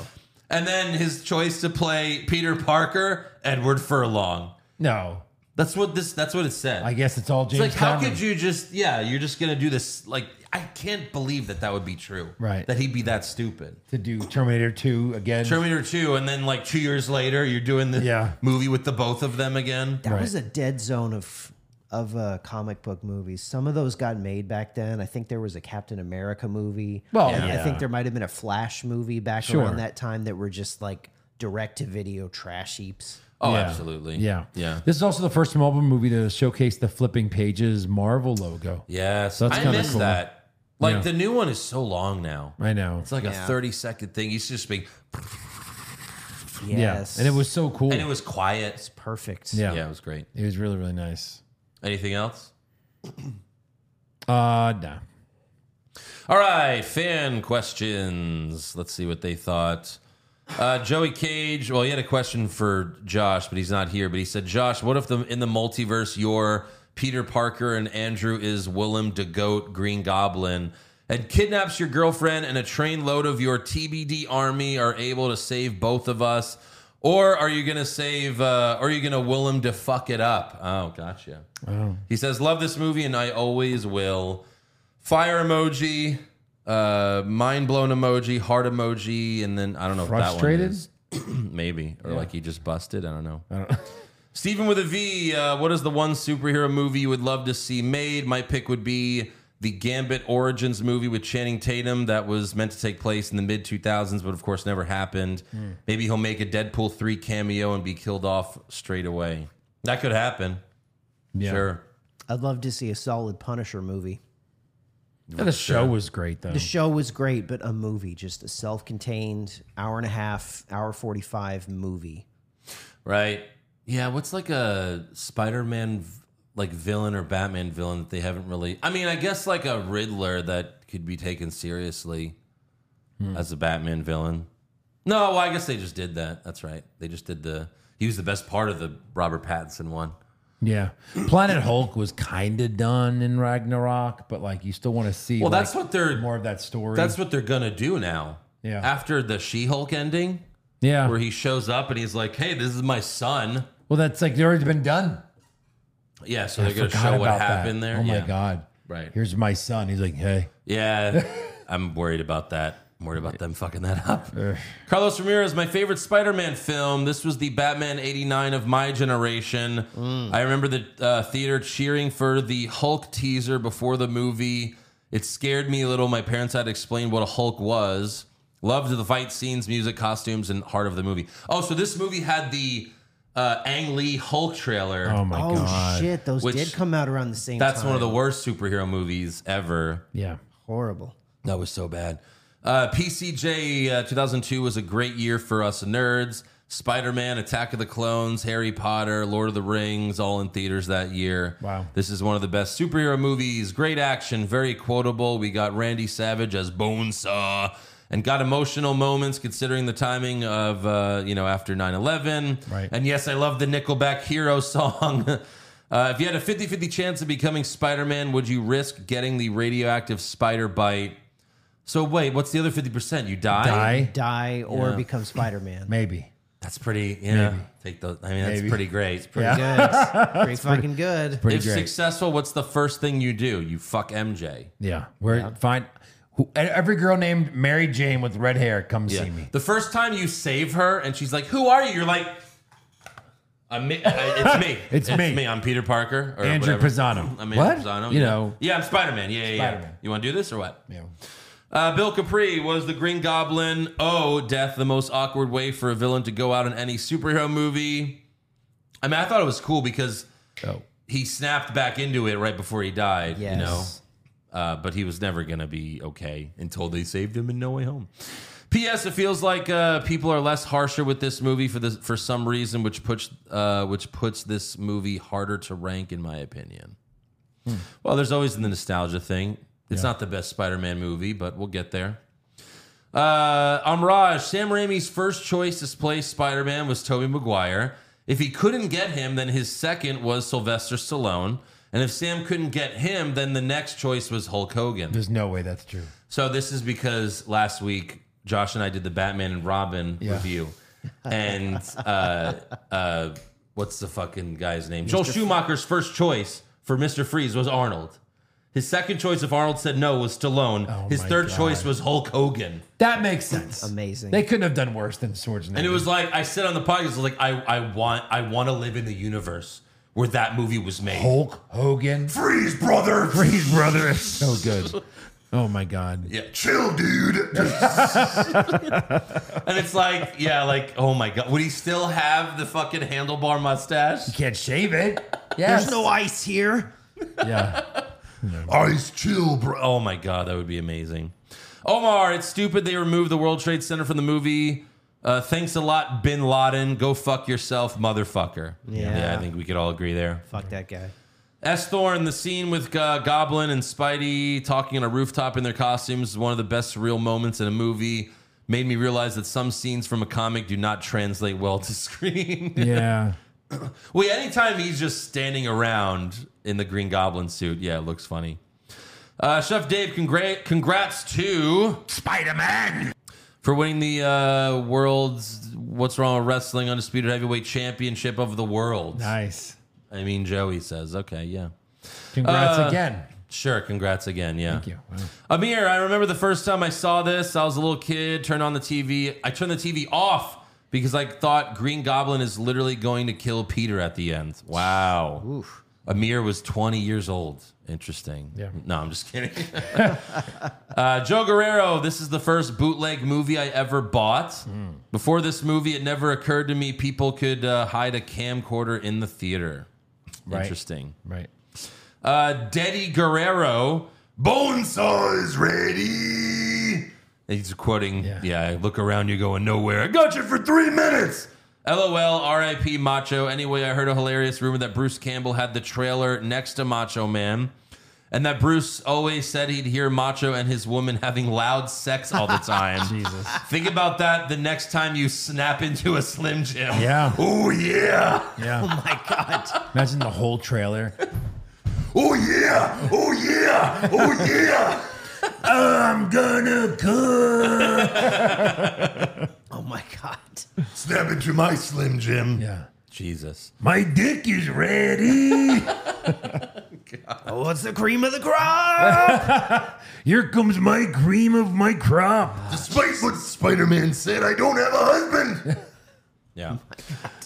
Speaker 3: And then his choice to play Peter Parker, Edward Furlong.
Speaker 5: No.
Speaker 3: That's what this that's what it said.
Speaker 5: I guess it's all
Speaker 3: it's
Speaker 5: James
Speaker 3: like how
Speaker 5: Cameron.
Speaker 3: could you just yeah, you're just going to do this like I can't believe that that would be true.
Speaker 5: Right.
Speaker 3: That he'd be that stupid.
Speaker 5: to do Terminator 2 again?
Speaker 3: Terminator 2 and then like 2 years later you're doing the
Speaker 5: Yeah.
Speaker 3: movie with the both of them again.
Speaker 4: that was a dead zone of of uh, comic book movies. Some of those got made back then. I think there was a Captain America movie.
Speaker 5: Well,
Speaker 4: And I
Speaker 5: yeah.
Speaker 4: think there might have been a Flash movie back
Speaker 5: Sure.
Speaker 4: around that time that were just like direct to video trash heaps.
Speaker 3: Oh,
Speaker 5: Yeah.
Speaker 3: absolutely.
Speaker 5: Yeah.
Speaker 3: Yeah.
Speaker 5: This is also the first Marvel movie to showcase the flipping pages Marvel logo.
Speaker 3: Yes.
Speaker 5: So that's
Speaker 3: I
Speaker 5: kinda
Speaker 3: miss
Speaker 5: cool.
Speaker 3: that. Like
Speaker 5: Yeah.
Speaker 3: the new one is so long now.
Speaker 5: I know.
Speaker 3: It's like a 30 second thing. You just speak,
Speaker 5: yeah.
Speaker 4: Yes.
Speaker 5: And it was so cool.
Speaker 3: and it was quiet.
Speaker 4: perfect.
Speaker 5: yeah.
Speaker 3: Yeah, it was great.
Speaker 5: It was really, really nice.
Speaker 3: Anything else?
Speaker 5: Uh, nah.
Speaker 3: All right, fan questions. Let's see what they thought. Uh, Joey Cage. Well, he had a question for Josh, but he's not here. But he said, Josh, what if the in the multiverse you're Peter Parker and Andrew is Willem de Goat, Green Goblin, and kidnaps your girlfriend, and a train load of your TBD army are able to save both of us? Or are you gonna save? Uh, are you gonna Willem to fuck it up? Oh, gotcha. He says, "Love this movie, and I always will." fire emoji, uh, mind blown emoji, heart emoji, and then I don't know
Speaker 5: Frustrated?
Speaker 3: if that one is maybe or like he just busted. I don't know. Steven with a V, uh, what is the one superhero movie you would love to see made? My pick would be the Gambit Origins movie with Channing Tatum that was meant to take place in the mid 2000s, but of course never happened. Maybe he'll make a Deadpool 3 cameo and be killed off straight away. That could happen.
Speaker 5: Yeah.
Speaker 3: Sure.
Speaker 4: I'd love to see a solid Punisher movie.
Speaker 5: Yeah, the show was great though.
Speaker 4: The show was great, but a movie, just a self contained hour and a half, hour 45 movie.
Speaker 3: Right. Yeah. What's like a Spider Man like villain or Batman villain that they haven't really? I mean, I guess like a Riddler that could be taken seriously
Speaker 5: Hmm.
Speaker 3: as a Batman villain. No, well, I guess they just did that. That's right. They just did the. He was the best part of the Robert Pattinson one.
Speaker 5: yeah. Planet Hulk was kind of done in Ragnarok, but like you still want to see
Speaker 3: Well,
Speaker 5: like,
Speaker 3: that's what they're.
Speaker 5: more of that story.
Speaker 3: That's what they're gonna do now.
Speaker 5: Yeah.
Speaker 3: After the She-Hulk ending,
Speaker 5: yeah.
Speaker 3: where he shows up and he's like, "Hey, this is my son."
Speaker 5: Well, that's like they already been done.
Speaker 3: Yeah. So
Speaker 5: I
Speaker 3: they're gonna
Speaker 5: forgot
Speaker 3: show what
Speaker 5: about that.
Speaker 3: happened there.
Speaker 5: Oh my
Speaker 3: Yeah.
Speaker 5: god.
Speaker 3: Right.
Speaker 5: Here's my son. He's like, hey,
Speaker 3: Yeah, I'm worried about that. I'm worried about them fucking that up. Carlos Ramirez, my favorite Spider Man film. This was the Batman 89 of my generation.
Speaker 5: Mm.
Speaker 3: I remember the uh, theater cheering for the Hulk teaser before the movie. It scared me a little. My parents had to explain what a Hulk was. Loved the fight scenes, music, costumes, and heart of the movie. Oh, so this movie had the uh, Ang Lee Hulk trailer.
Speaker 5: oh my
Speaker 4: oh,
Speaker 5: god.
Speaker 4: shit. Those
Speaker 3: Which-
Speaker 4: did come out around the same
Speaker 3: That's
Speaker 4: time.
Speaker 3: one of the worst superhero movies ever.
Speaker 5: Yeah.
Speaker 4: Horrible.
Speaker 3: That was so bad. Uh, PCJ uh, 2002 was a great year for us nerds. Spider Man, Attack of the Clones, Harry Potter, Lord of the Rings, all in theaters that year.
Speaker 5: Wow.
Speaker 3: This is one of the best superhero movies. Great action, very quotable. We got Randy Savage as Bonesaw and got emotional moments considering the timing of, uh, you know, after 9 11.
Speaker 5: Right.
Speaker 3: And yes, I love the Nickelback Hero song. uh, if you had a 50 50 chance of becoming Spider Man, would you risk getting the radioactive spider bite? So, wait, what's the other 50%? You die?
Speaker 5: Die.
Speaker 4: Die or become Spider Man.
Speaker 5: Maybe.
Speaker 3: That's pretty, yeah. Take those. I mean, that's
Speaker 5: Maybe.
Speaker 3: pretty great.
Speaker 4: Good. Pretty fucking good.
Speaker 5: Pretty
Speaker 3: if
Speaker 5: great.
Speaker 3: successful, what's the first thing you do? You fuck MJ.
Speaker 5: yeah. We're fine. Who, e, every girl named Mary Jane with red hair come see me.
Speaker 3: The first time you save her and she's like, "Who are you?" You're like, "I'm me. I- It's me.
Speaker 5: It's me.
Speaker 3: I'm Peter Parker or
Speaker 5: Andrew
Speaker 3: whatever.
Speaker 5: Pisano.
Speaker 3: I'm Andrew
Speaker 5: What?
Speaker 3: Pisano.
Speaker 5: You
Speaker 3: yeah.
Speaker 5: know.
Speaker 3: Yeah, I'm Spider Man. Yeah, yeah, yeah.
Speaker 5: Spider-Man.
Speaker 3: You want to do this or what?
Speaker 5: Yeah.
Speaker 3: Uh, Bill Capri was the Green Goblin. Oh, death, the most awkward way for a villain to go out in any superhero movie. I mean, I thought it was cool because
Speaker 5: Oh.
Speaker 3: he snapped back into it right before he died. You
Speaker 4: Yes.
Speaker 3: know, uh, but he was never going to be okay until they saved him in No Way Home. P.S. It feels like uh, people are less harsher with this movie for this for some reason, which puts uh, which puts this movie harder to rank, in my opinion. Well, there's always the nostalgia thing. It's not the best Spider-Man movie, but we'll get there. Uh, Amraj, Sam Raimi's first choice to play Spider-Man was Tobey Maguire. If he couldn't get him, then his second was Sylvester Stallone. And if Sam couldn't get him, then the next choice was Hulk Hogan.
Speaker 5: There's no way that's true.
Speaker 3: So this is because last week Josh and I did the Batman and Robin review, and uh, uh, what's the fucking guy's name? Joel Schumacher's first choice for Mister Freeze was Arnold. His second choice, if Arnold said no, was Stallone.
Speaker 5: Oh
Speaker 3: His
Speaker 5: my
Speaker 3: third
Speaker 5: God.
Speaker 3: choice was Hulk Hogan.
Speaker 5: That makes sense.
Speaker 4: Amazing.
Speaker 5: They couldn't have done worse than Swords
Speaker 3: And it was like I said on the podcast, I was like I, I want I want to live in the universe where that movie was made.
Speaker 5: Hulk Hogan.
Speaker 3: Freeze, brother.
Speaker 5: Freeze, brother. It's so good. Oh my god.
Speaker 3: Yeah, chill, dude. and it's like, yeah, like, oh my god, would he still have the fucking handlebar mustache?
Speaker 5: Can't shave it. Yes.
Speaker 4: There's no ice here.
Speaker 5: Yeah.
Speaker 3: Ice chill, bro. Oh my god, that would be amazing. Omar, it's stupid they removed the World Trade Center from the movie. Uh, thanks a lot, Bin Laden. Go fuck yourself, motherfucker.
Speaker 4: Yeah.
Speaker 3: I think we could all agree there.
Speaker 4: Fuck that guy.
Speaker 3: S. Thorne, the scene with uh, Goblin and Spidey talking on a rooftop in their costumes is one of the best surreal moments in a movie. Made me realize that some scenes from a comic do not translate well to screen.
Speaker 5: Yeah.
Speaker 3: Wait, anytime he's just standing around in the Green Goblin suit, yeah, it looks funny. Uh, Chef Dave, congra- congrats to Spider Man for winning the uh, world's What's Wrong with Wrestling Undisputed Heavyweight Championship of the World.
Speaker 5: Nice.
Speaker 3: I mean, Joey says, okay, yeah.
Speaker 5: Congrats
Speaker 3: Uh,
Speaker 5: again.
Speaker 3: Sure, congrats again, yeah.
Speaker 5: Thank you. Wow.
Speaker 3: Amir, I remember the first time I saw this. I was a little kid, turned on the TV. I turned the TV off because I thought Green Goblin is literally going to kill Peter at the end. Wow.
Speaker 4: Oof.
Speaker 3: Amir was 20 years old. Interesting.
Speaker 5: Yeah.
Speaker 3: No, I'm just kidding. uh, Joe Guerrero, this is the first bootleg movie I ever bought.
Speaker 5: Hmm.
Speaker 3: Before this movie, it never occurred to me people could uh, hide a camcorder in the theater.
Speaker 5: Right.
Speaker 3: Interesting.
Speaker 5: Right.
Speaker 3: Uh, Deddy Guerrero, Bonesaw is ready. He's quoting,
Speaker 5: Yeah.
Speaker 3: yeah. look around, you're going nowhere. I got you for three minutes. LOL, RIP Macho. Anyway, I heard a hilarious rumor that Bruce Campbell had the trailer next to Macho Man. And that Bruce always said he'd hear Macho and his woman having loud sex all the time. Jesus. Think about that the next time you snap into a Slim Jim.
Speaker 5: Yeah.
Speaker 3: Oh, yeah.
Speaker 5: Yeah. Oh my god. Imagine the whole trailer.
Speaker 3: Oh yeah! Oh yeah! Oh yeah! I'm gonna come.
Speaker 4: Oh my god.
Speaker 3: Snap into my Slim Jim.
Speaker 5: Yeah.
Speaker 3: Jesus.
Speaker 5: My dick is ready.
Speaker 4: Oh, what's the cream of the crop?
Speaker 5: Here comes my cream of my crop.
Speaker 3: Despite what Spider Man said, I don't have a husband. Yeah.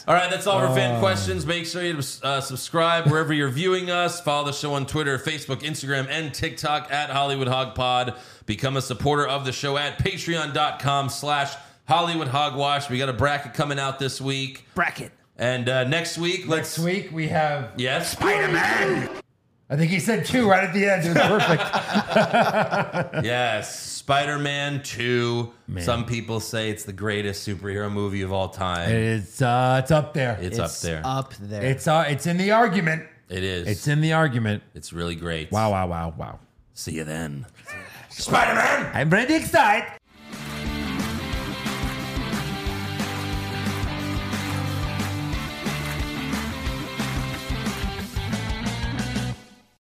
Speaker 3: all right, that's all for fan questions. Make sure you uh, subscribe wherever you're viewing us. Follow the show on Twitter, Facebook, Instagram, and TikTok at Hollywood Hog Pod. Become a supporter of the show at patreon.com slash Hollywood Hogwash. We got a bracket coming out this week.
Speaker 4: Bracket.
Speaker 3: And uh, next week, let's
Speaker 5: Next week we have.
Speaker 3: Yes.
Speaker 5: I think he said two right at the end. It was perfect.
Speaker 3: Yes. Spider Man 2. Some people say it's the greatest superhero movie of all time.
Speaker 5: it's uh, it's up there.
Speaker 3: It's, up there.
Speaker 4: Up there.
Speaker 5: It's uh, it's in the argument.
Speaker 3: it is.
Speaker 5: It's
Speaker 3: It's,
Speaker 5: in the argument.
Speaker 3: it's really great.
Speaker 5: Wow! Wow! Wow! Wow!
Speaker 3: See you then. Spider Man!
Speaker 5: I'm ready to excite.